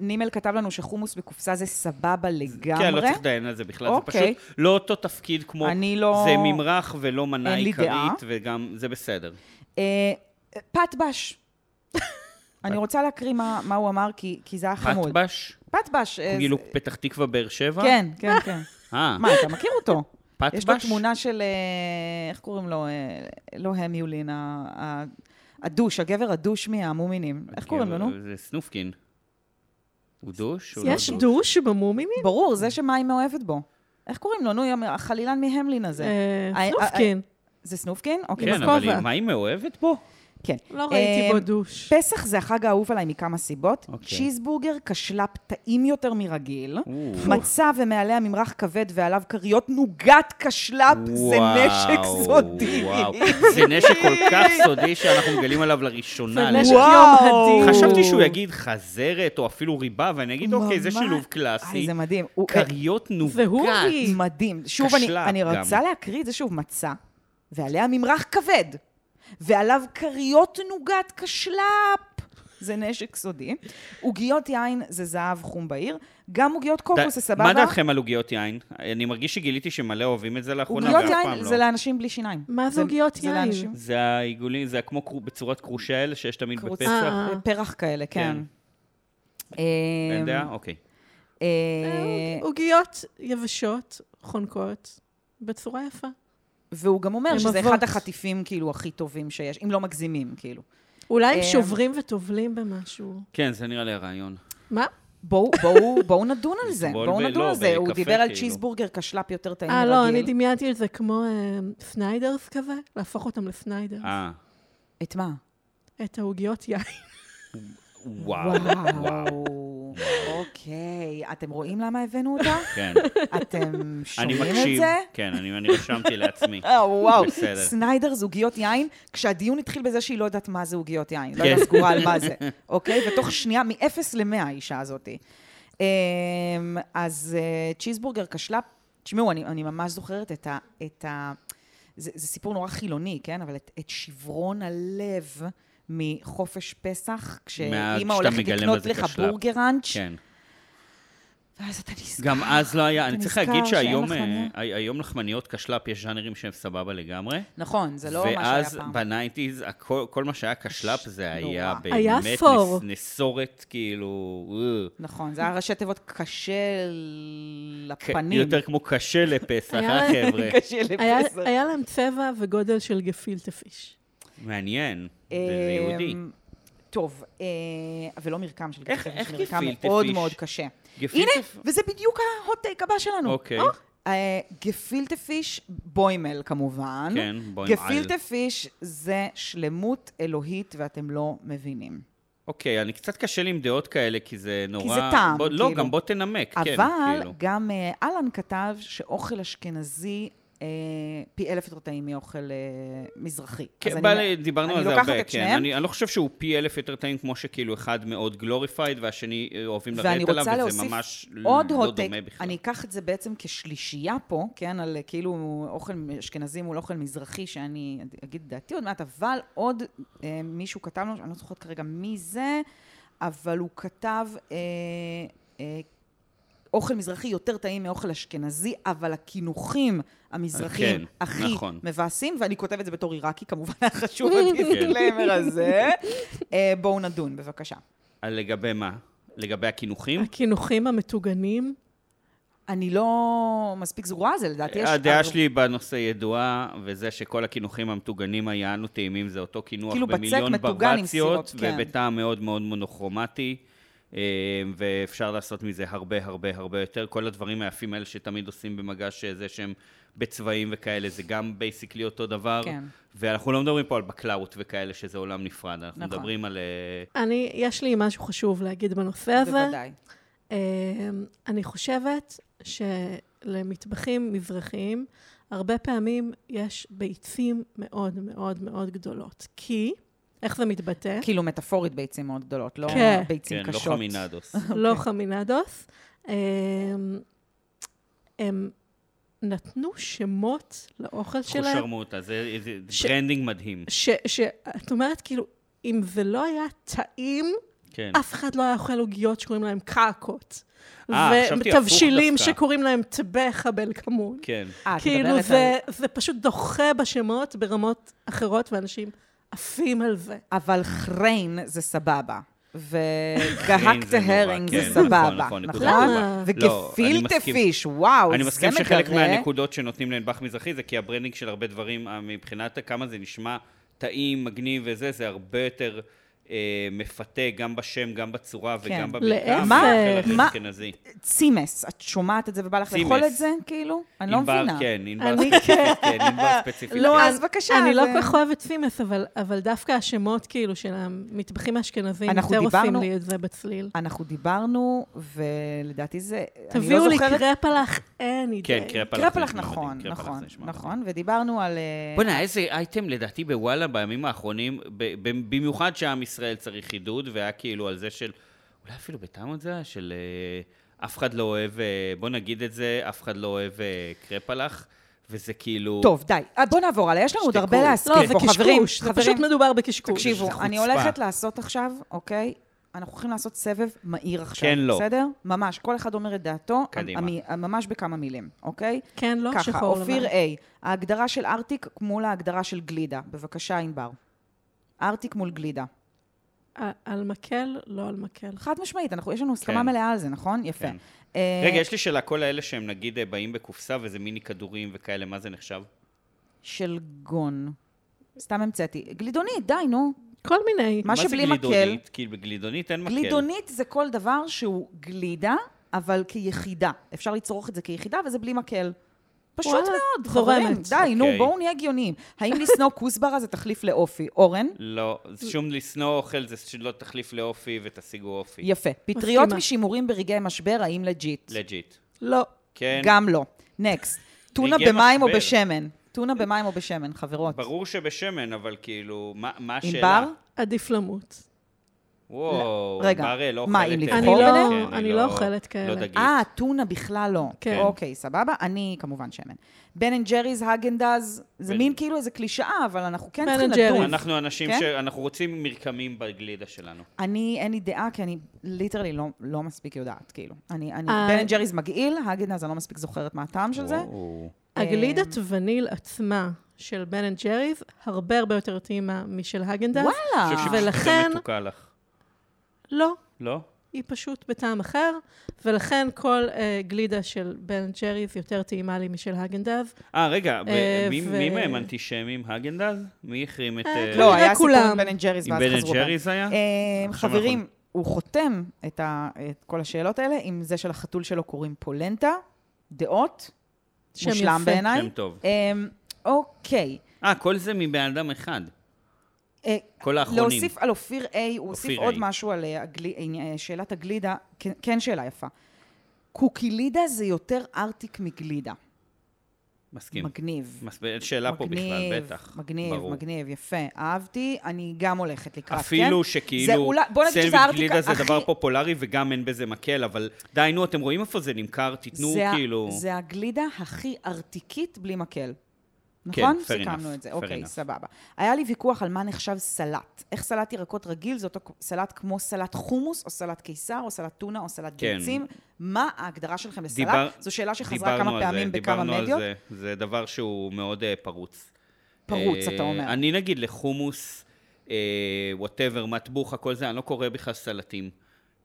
[SPEAKER 1] נימל כתב לנו שחומוס בקופסה זה סבבה לגמרי.
[SPEAKER 2] כן, לא צריך לדיין על זה בכלל, זה
[SPEAKER 1] אוקיי.
[SPEAKER 2] פשוט לא אותו תפקיד כמו...
[SPEAKER 1] אני לא-
[SPEAKER 2] זה ממרח ולא מנה
[SPEAKER 1] אין לי דעה.
[SPEAKER 2] עיקרית, וגם זה בסדר.
[SPEAKER 1] אה, פטבש. <laughs> אני רוצה להקריא מה מה הוא אמר, כי כי זה היה חמוד.
[SPEAKER 2] פטבש?
[SPEAKER 1] פטבש. אה,
[SPEAKER 2] כאילו
[SPEAKER 1] זה-
[SPEAKER 2] פתח תקווה באר שבע?
[SPEAKER 1] כן, כן, כן.
[SPEAKER 2] אה,
[SPEAKER 1] מה, אתה מכיר אותו?
[SPEAKER 2] פטבש?
[SPEAKER 1] יש לו תמונה של, אה, איך קוראים לו? אה, לא הם יולין, ה- ה- הדוש, הגבר הדוש מהמומינים. איך קוראים לו, נו?
[SPEAKER 2] כאילו, זה סנופקין. הוא דוש? או לא
[SPEAKER 4] יש דוש במומינים?
[SPEAKER 1] ברור, זה שמאי מאוהבת בו. איך קוראים לו? נו, יא- החלילן מהמלין הזה.
[SPEAKER 4] אה,
[SPEAKER 1] אה,
[SPEAKER 4] סנופקין.
[SPEAKER 1] זה סנופקין? אוקיי.
[SPEAKER 2] כן,
[SPEAKER 4] עם
[SPEAKER 2] אבל
[SPEAKER 4] הכובע.
[SPEAKER 2] היא- מה היא מאוהבת בו?
[SPEAKER 1] כן.
[SPEAKER 4] לא ראיתי בו
[SPEAKER 1] אמ,
[SPEAKER 4] דוש.
[SPEAKER 1] פסח זה החג האהוב עליי מכמה סיבות.
[SPEAKER 2] אוקיי.
[SPEAKER 1] צ'יזבורגר, כשלאפ טעים יותר מרגיל.
[SPEAKER 2] או.
[SPEAKER 1] מצה ומעליה ממרח כבד ועליו כריות נוגת כשלאפ, זה
[SPEAKER 2] וואו,
[SPEAKER 1] נשק סודי.
[SPEAKER 2] וואו. זה נשק כל כך סודי שאנחנו מגלים עליו לראשונה.
[SPEAKER 4] זה נשק
[SPEAKER 2] וואו.
[SPEAKER 1] וואו.
[SPEAKER 4] יום הדין.
[SPEAKER 2] חשבתי שהוא יגיד חזרת או אפילו ריבה, ואני אגיד, אוקיי, זה
[SPEAKER 1] ממש.
[SPEAKER 2] שילוב
[SPEAKER 1] איי,
[SPEAKER 2] קלאסי.
[SPEAKER 1] זה מדהים. הוא-
[SPEAKER 2] כריות
[SPEAKER 4] זה הוא?
[SPEAKER 2] נוגה.
[SPEAKER 1] מדהים. שוב, אני,
[SPEAKER 2] כשלאפ
[SPEAKER 1] אני
[SPEAKER 2] גם.
[SPEAKER 1] רוצה להקריא את זה שוב, מצה, ועליה ממרח כבד, ועליו כריות נוגת כשלאפ. זה נשק סודי. עוגיות יין זה זהב חום בעיר. גם עוגיות קוקוס זה סבבה.
[SPEAKER 2] מה דעתכם על עוגיות יין? אני מרגיש שגיליתי שמלא אוהבים את זה לאחרונה,
[SPEAKER 1] עוגיות
[SPEAKER 2] ואף פעם
[SPEAKER 1] יין
[SPEAKER 2] לא.
[SPEAKER 1] זה לאנשים בלי שיניים.
[SPEAKER 4] מה זה עוגיות
[SPEAKER 1] זה
[SPEAKER 4] יין?
[SPEAKER 1] לאנשים-
[SPEAKER 2] זה העיגולים, זה כמו קרו- בצורת קרושה האלה שיש תמיד
[SPEAKER 1] קרוץ-
[SPEAKER 2] בפסח.
[SPEAKER 4] אה.
[SPEAKER 1] פרח כאלה, כן. אה,
[SPEAKER 2] אין דעה? אוקיי.
[SPEAKER 1] אה,
[SPEAKER 4] עוגיות יבשות, חונקות, בצורה יפה.
[SPEAKER 1] והוא גם אומר
[SPEAKER 4] הם
[SPEAKER 1] שזה
[SPEAKER 4] אבות.
[SPEAKER 1] אחד החטיפים כאילו הכי טובים שיש, אם לא מגזימים, כאילו.
[SPEAKER 4] אולי הם
[SPEAKER 1] אמ,
[SPEAKER 4] שוברים וטובלים במשהו.
[SPEAKER 2] כן, זה נראה לי הרעיון.
[SPEAKER 4] מה?
[SPEAKER 1] בואו בואו- בואו נדון על זה,
[SPEAKER 2] בואו
[SPEAKER 1] בואו
[SPEAKER 2] ב-
[SPEAKER 1] נדון
[SPEAKER 2] לא,
[SPEAKER 1] על זה. הוא
[SPEAKER 2] בקפה,
[SPEAKER 1] דיבר על
[SPEAKER 2] כאילו.
[SPEAKER 1] צ'יזבורגר כשלאפ יותר טעים
[SPEAKER 4] אה, לא, אני
[SPEAKER 1] מרגיל.
[SPEAKER 4] דמיינתי את זה כמו אמ, סניידרס כזה, להפוך אותם לסניידרס.
[SPEAKER 2] אה,
[SPEAKER 1] את מה?
[SPEAKER 4] את
[SPEAKER 1] <laughs>
[SPEAKER 4] העוגיות יין.
[SPEAKER 2] וואו.
[SPEAKER 1] וואו. אוקיי, אתם רואים למה הבאנו אותה?
[SPEAKER 2] כן,
[SPEAKER 1] אתם
[SPEAKER 2] אני
[SPEAKER 1] <laughs> שומעים את
[SPEAKER 2] מקשיב.
[SPEAKER 1] זה?
[SPEAKER 2] כן, אני אני רשמתי לעצמי.
[SPEAKER 1] אה, וואו,
[SPEAKER 2] בסדר.
[SPEAKER 1] סניידר זוגיות יין, כשהדיון התחיל בזה שהיא לא יודעת מה זה עוגיות יין, לא
[SPEAKER 2] כן.
[SPEAKER 1] יודעת סגורה על מה זה, אוקיי? ותוך שנייה, מ-0 ל-100 האישה הזאת. אמ, אז אה, צ'יזבורגר כשלה, תשמעו, אני, אני ממש זוכרת את ה... את ה זה, זה סיפור נורא חילוני, כן? אבל את, את שברון הלב מחופש פסח,
[SPEAKER 2] מה-
[SPEAKER 1] כשאימא
[SPEAKER 2] כשאתה
[SPEAKER 1] הולכת
[SPEAKER 2] מגלה מה
[SPEAKER 1] לקנות
[SPEAKER 2] זה
[SPEAKER 1] לך
[SPEAKER 2] כשלאפ.
[SPEAKER 1] בורגראנץ',
[SPEAKER 2] כן.
[SPEAKER 1] אז אתה נזכר.
[SPEAKER 2] גם אז לא היה,
[SPEAKER 1] אתה
[SPEAKER 2] אני צריך
[SPEAKER 1] נזכר
[SPEAKER 2] להגיד
[SPEAKER 1] שאין
[SPEAKER 2] שהיום
[SPEAKER 1] לחמניה?
[SPEAKER 2] אה, הי- היום לחמניות קשל"פ יש ז'אנרים שהם סבבה לגמרי.
[SPEAKER 1] נכון, זה לא מה שהיה
[SPEAKER 2] ואז
[SPEAKER 1] פעם.
[SPEAKER 2] בניינטיז, הכל- כל מה שהיה קשל"פ זה היה
[SPEAKER 1] נורא.
[SPEAKER 4] היה
[SPEAKER 2] באמת
[SPEAKER 4] אפור.
[SPEAKER 2] נס- נסורת, כאילו... אה,
[SPEAKER 1] נכון, זה היה ראשי תיבות קשה
[SPEAKER 2] כ-
[SPEAKER 1] לפנים.
[SPEAKER 2] יותר כמו קשה לפסח,
[SPEAKER 4] היה- <laughs>
[SPEAKER 2] אה חבר'ה? <laughs>
[SPEAKER 1] קשה
[SPEAKER 4] היה,
[SPEAKER 1] לפסח.
[SPEAKER 4] היה להם צבע וגודל של גפילטה פיש.
[SPEAKER 2] מעניין, זה זה
[SPEAKER 1] אמ,
[SPEAKER 2] יהודי.
[SPEAKER 1] טוב, אה, אבל לא מרקם של
[SPEAKER 2] איך-
[SPEAKER 1] גפילטע
[SPEAKER 2] איך
[SPEAKER 1] פיש, מרקם
[SPEAKER 2] גפילטע
[SPEAKER 1] מאוד
[SPEAKER 2] פיש?
[SPEAKER 1] מאוד קשה.
[SPEAKER 2] גפילטע
[SPEAKER 1] הנה,
[SPEAKER 2] פ-
[SPEAKER 1] וזה בדיוק ההוטטייק הבא שלנו.
[SPEAKER 2] אוקיי.
[SPEAKER 1] אה, אה, גפילטע פיש, בוימל כמובן.
[SPEAKER 2] כן, בוימל.
[SPEAKER 1] גפילטע פיש זה שלמות אלוהית ואתם לא מבינים.
[SPEAKER 2] אוקיי, אני קצת קשה לי עם דעות כאלה, כי זה נורא...
[SPEAKER 1] זה טעם,
[SPEAKER 2] בוא- לא,
[SPEAKER 1] כאילו.
[SPEAKER 2] גם בוא תנמק, כן,
[SPEAKER 1] אבל
[SPEAKER 2] כאילו.
[SPEAKER 1] גם אה, אהלן כתב שאוכל אשכנזי אה, פי אלף יותר טעים מאוכל אה, מזרחי. אז
[SPEAKER 2] כן,
[SPEAKER 1] אני- לא-
[SPEAKER 2] בא לי- דיברנו
[SPEAKER 1] אני
[SPEAKER 2] על זה
[SPEAKER 1] לוקחת
[SPEAKER 2] הרבה,
[SPEAKER 1] את
[SPEAKER 2] כן.
[SPEAKER 1] שניהם.
[SPEAKER 2] אני אני לא חושב שהוא פי אלף יותר טעים, כמו שכאילו אחד מאוד גלוריפייד, והשני אה, אוהבים
[SPEAKER 1] ואני
[SPEAKER 2] לרדת עליו,
[SPEAKER 1] רוצה
[SPEAKER 2] וזה
[SPEAKER 1] להוסיף
[SPEAKER 2] ממש לא
[SPEAKER 1] עוד הוטק,
[SPEAKER 2] דומה בכלל.
[SPEAKER 1] אני אקח את זה בעצם כשלישייה פה, כן, על אה, כאילו אוכל אשכנזי מול אוכל מזרחי, שאני אגיד דעתי עוד מעט, אבל עוד אה, מישהו כתב לנו, אני לא זוכרת כרגע מי זה, אבל הוא כתב אה, אה, אוכל מזרחי יותר טעים מאוכל אשכנזי, אבל הקינוחים המזרחיים
[SPEAKER 2] כן,
[SPEAKER 1] הכי
[SPEAKER 2] נכון.
[SPEAKER 1] מבאסים, ואני כותב את זה בתור עיראקי, כמובן החשוב
[SPEAKER 2] <laughs> כן.
[SPEAKER 1] הדיסקליימר הזה. אה, בואו נדון, בבקשה.
[SPEAKER 2] על לגבי מה? לגבי הקינוחים?
[SPEAKER 4] הקינוחים המטוגנים,
[SPEAKER 1] אני לא מספיק זרועה על זה, לדעתי יש...
[SPEAKER 2] אה, הדעה
[SPEAKER 1] אבל-
[SPEAKER 2] שלי בנושא ידועה, וזה שכל הקינוחים המטוגנים היענו טעימים, זה אותו קינוח
[SPEAKER 1] כאילו בצק
[SPEAKER 2] במיליון
[SPEAKER 1] מטוגן עם
[SPEAKER 2] ברבציות,
[SPEAKER 1] סירות, כן.
[SPEAKER 2] ובטעם מאוד מאוד מונוכרומטי, אה, ואפשר לעשות מזה הרבה הרבה הרבה יותר. כל הדברים היפים האלה שתמיד עושים במגש אה, זה שהם בצבעים וכאלה, זה גם בייסיקלי אותו דבר.
[SPEAKER 1] כן.
[SPEAKER 2] ואנחנו לא מדברים פה על בקלאוט וכאלה, שזה עולם נפרד, אנחנו
[SPEAKER 1] נכון.
[SPEAKER 2] מדברים על... אה,
[SPEAKER 4] אני, יש לי משהו חשוב להגיד בנושא הזה.
[SPEAKER 1] בוודאי.
[SPEAKER 4] אמ, אני חושבת שלמטבחים מזרחיים, הרבה פעמים יש ביצים מאוד מאוד מאוד גדולות. כי, איך זה מתבטא?
[SPEAKER 1] כאילו מטאפורית ביצים מאוד גדולות, לא
[SPEAKER 4] כן.
[SPEAKER 1] ביצים
[SPEAKER 2] כן, לא
[SPEAKER 1] קשות. <laughs>
[SPEAKER 2] חמינדוס.
[SPEAKER 4] לא חמינדוס. אמ, הם נתנו שמות לאוכל שלהם,
[SPEAKER 2] חושרמוטה, זה זה
[SPEAKER 4] ש-
[SPEAKER 2] ברנדינג מדהים.
[SPEAKER 4] ש- שאת אומרת, כאילו, אם זה לא היה טעים,
[SPEAKER 2] כן.
[SPEAKER 4] אף אחד לא היה אוכל עוגיות שקוראים להם קעקות.
[SPEAKER 2] אה, חשבתי הפוך
[SPEAKER 4] ותבשילים
[SPEAKER 2] דווקא.
[SPEAKER 4] שקוראים להם טבחה בלקמון.
[SPEAKER 2] כן.
[SPEAKER 1] אה, את
[SPEAKER 4] כאילו
[SPEAKER 1] מדברת
[SPEAKER 4] זה, זה פשוט דוחה בשמות ברמות אחרות, ואנשים עפים על זה.
[SPEAKER 1] על... אבל חריין זה סבבה.
[SPEAKER 2] חריין
[SPEAKER 1] וגהקטה
[SPEAKER 2] זה נורא,
[SPEAKER 1] הרינג זה
[SPEAKER 2] כן, נכון,
[SPEAKER 1] סבבה,
[SPEAKER 2] נכון, נקודה
[SPEAKER 1] נכון?
[SPEAKER 4] טובה.
[SPEAKER 2] לא, אני
[SPEAKER 1] וגפילטה
[SPEAKER 2] מסכים.
[SPEAKER 1] פיש, וואו,
[SPEAKER 2] אני
[SPEAKER 1] זה
[SPEAKER 2] מסכים שחלק
[SPEAKER 1] מגרה.
[SPEAKER 2] מהנקודות שנותנים לנדבך מזרחי זה כי הברנדינג של הרבה דברים, אה, מבחינת כמה זה נשמע טעים, מגניב וזה, זה הרבה יותר אה, מפתה גם בשם, גם בצורה
[SPEAKER 1] כן.
[SPEAKER 2] וגם
[SPEAKER 4] להפך.
[SPEAKER 2] במרקם.
[SPEAKER 1] מה?
[SPEAKER 2] מה? אשכנזי.
[SPEAKER 1] צימס, את שומעת את זה ובא לך
[SPEAKER 2] צימס.
[SPEAKER 1] לאכול את זה, כאילו? אני לא
[SPEAKER 2] ענבר,
[SPEAKER 1] מבינה. לא,
[SPEAKER 2] כן, ענבר
[SPEAKER 4] אני-
[SPEAKER 2] ספציפית, כן, ענבר ספציפית. כן.
[SPEAKER 1] אז בבקשה,
[SPEAKER 4] אני לא
[SPEAKER 1] זה-
[SPEAKER 4] כל כך אוהבת צימס, אבל, אבל דווקא השמות כאילו של המטבחים האשכנזים,
[SPEAKER 1] אנחנו
[SPEAKER 4] יותר עושים
[SPEAKER 1] דיברנו-
[SPEAKER 4] לי את זה בצליל.
[SPEAKER 1] אנחנו דיברנו, ולדעתי זה... אני לא
[SPEAKER 4] תביאו לי
[SPEAKER 1] זוכרת-
[SPEAKER 4] קרפלח any
[SPEAKER 2] כן,
[SPEAKER 4] day.
[SPEAKER 2] קרפלח. זה
[SPEAKER 1] קרפלח,
[SPEAKER 2] נשמע
[SPEAKER 1] נכון,
[SPEAKER 2] מדהים, קרפלח
[SPEAKER 1] נכון,
[SPEAKER 2] זה נשמע
[SPEAKER 1] נכון, ודיברנו על... אה,
[SPEAKER 2] בוא'נה, איזה אייטם לדעתי בוואלה בימים האחרונים, ב- ב- במיוחד שעם ישראל צריך עידוד, והיה כאילו על זה של, אולי אפילו בטעם עוד זה היה, של אה, אף אחד לא אוהב, אה, בוא נגיד את זה, אף אחד לא אוהב אה, קרפלח, וזה כאילו...
[SPEAKER 1] טוב, די. אה, בוא נעבור הלאה, יש לנו עוד
[SPEAKER 2] שתקו.
[SPEAKER 1] הרבה להסכים
[SPEAKER 4] לא, זה
[SPEAKER 1] כן, פה, חברים.
[SPEAKER 4] קשקוש, זה
[SPEAKER 1] חברים,
[SPEAKER 4] פשוט מדובר בקשקוש.
[SPEAKER 1] תקשיבו,
[SPEAKER 2] זה
[SPEAKER 1] אני
[SPEAKER 2] חוצפה.
[SPEAKER 1] הולכת לעשות עכשיו, אוקיי? אנחנו הולכים לעשות סבב מהיר עכשיו,
[SPEAKER 2] כן, לא.
[SPEAKER 1] בסדר? ממש, כל אחד אומר את דעתו,
[SPEAKER 2] קדימה.
[SPEAKER 1] המ- המ- ממש בכמה מילים, אוקיי?
[SPEAKER 4] כן, לא
[SPEAKER 1] ככה,
[SPEAKER 4] שחור לבן.
[SPEAKER 1] אופיר A, ההגדרה של ארטיק מול ההגדרה של גלידה. בבקשה, ענבר. ארטיק מול גלידה. אה-
[SPEAKER 4] על- אה, על מקל, לא על מקל.
[SPEAKER 1] חד משמעית, אנחנו, יש לנו הסכמה
[SPEAKER 2] כן.
[SPEAKER 1] מלאה על זה, נכון? יפה.
[SPEAKER 2] כן.
[SPEAKER 1] אה,
[SPEAKER 2] רגע, יש לי שאלה, כל האלה שהם נגיד אה, באים בקופסה וזה מיני כדורים וכאלה, מה זה נחשב?
[SPEAKER 1] של גון. סתם המצאתי. גלידונית, די, נו.
[SPEAKER 4] כל מיני.
[SPEAKER 1] מה שבלי
[SPEAKER 2] מה זה
[SPEAKER 1] מקל,
[SPEAKER 2] גלידונית? כי בגלידונית אין מקל.
[SPEAKER 1] גלידונית זה כל דבר שהוא גלידה, אבל כיחידה. אפשר לצרוך את זה כיחידה, וזה בלי מקל. פשוט
[SPEAKER 4] וואלה,
[SPEAKER 1] מאוד,
[SPEAKER 4] זורמת.
[SPEAKER 1] חברים. די, נו,
[SPEAKER 2] אוקיי.
[SPEAKER 1] בואו נהיה הגיוניים. האם לשנוא כוסברה זה תחליף לאופי? אורן?
[SPEAKER 2] לא, זה שום לשנוא אוכל זה שלא תחליף לאופי ותשיגו אופי.
[SPEAKER 1] יפה. פטריות
[SPEAKER 4] מסכימה.
[SPEAKER 1] משימורים ברגעי משבר, האם לג'יט?
[SPEAKER 2] לג'יט.
[SPEAKER 1] לא.
[SPEAKER 2] כן.
[SPEAKER 1] גם לא.
[SPEAKER 4] <laughs>
[SPEAKER 1] נקסט. טונה
[SPEAKER 2] רגעי
[SPEAKER 1] במים או
[SPEAKER 2] משבר.
[SPEAKER 1] בשמן? טונה במים או בשמן, חברות.
[SPEAKER 2] ברור שבשמן, אבל כאילו, מה, מה השאלה?
[SPEAKER 1] ענבר?
[SPEAKER 4] הדפלמות.
[SPEAKER 2] וואו,
[SPEAKER 1] רגע,
[SPEAKER 2] מראה, לא
[SPEAKER 1] מה,
[SPEAKER 2] אוכלת
[SPEAKER 1] אם
[SPEAKER 2] את
[SPEAKER 1] לבחור
[SPEAKER 4] אני לא-
[SPEAKER 2] זה.
[SPEAKER 4] ביניהם? אני לא אוכלת כאלה.
[SPEAKER 2] לא דגית.
[SPEAKER 1] אה, טונה בכלל לא.
[SPEAKER 4] כן.
[SPEAKER 1] אוקיי, סבבה. אני כמובן שמן. בן אנד ג'ריז, האגנדז, זה
[SPEAKER 2] בן-
[SPEAKER 1] מין כאילו איזה קלישאה, אבל אנחנו כן
[SPEAKER 4] בן
[SPEAKER 1] צריכים
[SPEAKER 4] אנד ג'ריז.
[SPEAKER 1] לדון.
[SPEAKER 2] אנחנו אנשים
[SPEAKER 1] כן?
[SPEAKER 2] ש... אנחנו רוצים מרקמים בגלידה שלנו.
[SPEAKER 1] אני, אין לי דעה, כי אני ליטרלי לא, לא מספיק יודעת, כאילו. אני, אני,
[SPEAKER 4] אה.
[SPEAKER 1] בן אנד ג'ריז מגעיל, האגנדז, אני לא מספיק זוכרת מה הטעם של זה.
[SPEAKER 2] אה, וואו.
[SPEAKER 1] אה-
[SPEAKER 4] הגלידת וניל עצמה של בן אנד ג'ריז הרבה הרבה יותר טעימה משל הגנדס.
[SPEAKER 2] אני
[SPEAKER 1] וואלה!
[SPEAKER 2] חושב שפשוט
[SPEAKER 4] ולכן-
[SPEAKER 2] זה מתוקה לך.
[SPEAKER 4] לא,
[SPEAKER 2] לא?
[SPEAKER 4] היא פשוט בטעם אחר, ולכן כל אה, גלידה של בן אנד ג'ריז יותר טעימה לי משל הגנדז.
[SPEAKER 2] אה, רגע, ב-
[SPEAKER 4] אה,
[SPEAKER 2] מי-
[SPEAKER 4] ו-
[SPEAKER 2] מי מהם אנטישמים? הגנדז? מי החרים את...
[SPEAKER 4] אה,
[SPEAKER 2] אה,
[SPEAKER 1] לא, היה סיפור
[SPEAKER 4] כולם.
[SPEAKER 1] עם בן אנד ג'ריז,
[SPEAKER 2] עם
[SPEAKER 1] ואז
[SPEAKER 2] בן אנד
[SPEAKER 1] חזרו בהם.
[SPEAKER 2] ג'ריז היה?
[SPEAKER 1] אה,
[SPEAKER 2] עכשיו
[SPEAKER 1] חברים, הוא חותם את, ה, את כל השאלות האלה עם זה שלחתול שלו קוראים פולנטה, דעות,
[SPEAKER 4] שם
[SPEAKER 1] מושלם
[SPEAKER 4] יפה.
[SPEAKER 1] בעיניי.
[SPEAKER 2] שם טוב.
[SPEAKER 1] אה, אוקיי.
[SPEAKER 2] אה, כל זה מבן אדם אחד.
[SPEAKER 1] אה,
[SPEAKER 2] כל האחרונים.
[SPEAKER 1] להוסיף על אופיר A, הוא הוסיף
[SPEAKER 2] אופיר
[SPEAKER 1] עוד
[SPEAKER 2] A.
[SPEAKER 1] משהו על אה, הגלי- אה, שאלת הגלידה, כן- כן שאלה יפה. קוקילידה זה יותר ארטיק מגלידה.
[SPEAKER 2] מסכים.
[SPEAKER 1] מגניב.
[SPEAKER 2] מס- שאלה כן. פה בכלל,
[SPEAKER 1] מגניב,
[SPEAKER 2] בטח.
[SPEAKER 1] מגניב,
[SPEAKER 2] ברור.
[SPEAKER 1] מגניב, יפה. אהבתי, אני גם הולכת לקראת, כן?
[SPEAKER 2] אפילו
[SPEAKER 1] זה
[SPEAKER 2] שכאילו
[SPEAKER 1] אולי- בוא נגיד שזה
[SPEAKER 2] סנדוויץ'
[SPEAKER 1] הארטיק
[SPEAKER 2] גלידה זה
[SPEAKER 1] הכי-
[SPEAKER 2] דבר פופולרי וגם אין בזה מקל, אבל די, נו, אתם רואים איפה זה נמכר? תיתנו
[SPEAKER 1] זה ה-
[SPEAKER 2] כאילו...
[SPEAKER 1] זה הגלידה הכי ארטיקית בלי מקל.
[SPEAKER 2] כן,
[SPEAKER 1] נכון?
[SPEAKER 2] fair
[SPEAKER 1] סיכמנו
[SPEAKER 2] enough,
[SPEAKER 1] את זה.
[SPEAKER 2] fair
[SPEAKER 1] אוקיי,
[SPEAKER 2] enough.
[SPEAKER 1] סבבה. היה לי ויכוח על מה נחשב סלט. איך סלט ירקות רגיל, זה אותו סלט כמו סלט חומוס, או סלט קיסר, או סלט טונה, או סלט
[SPEAKER 2] כן.
[SPEAKER 1] ביצים. מה ההגדרה שלכם
[SPEAKER 2] דיבר-
[SPEAKER 1] לסלט? זו שאלה שחזרה
[SPEAKER 2] דיברנו
[SPEAKER 1] כמה
[SPEAKER 2] על זה,
[SPEAKER 1] פעמים בכמה
[SPEAKER 2] דיברנו על
[SPEAKER 1] מדיות.
[SPEAKER 2] זה, זה דבר שהוא מאוד אה, פרוץ.
[SPEAKER 1] פרוץ,
[SPEAKER 2] אה,
[SPEAKER 1] אתה אומר.
[SPEAKER 2] אני נגיד לחומוס, אה, וואטאבר, מטבוחה, כל זה, אני לא קורא בכלל סלטים.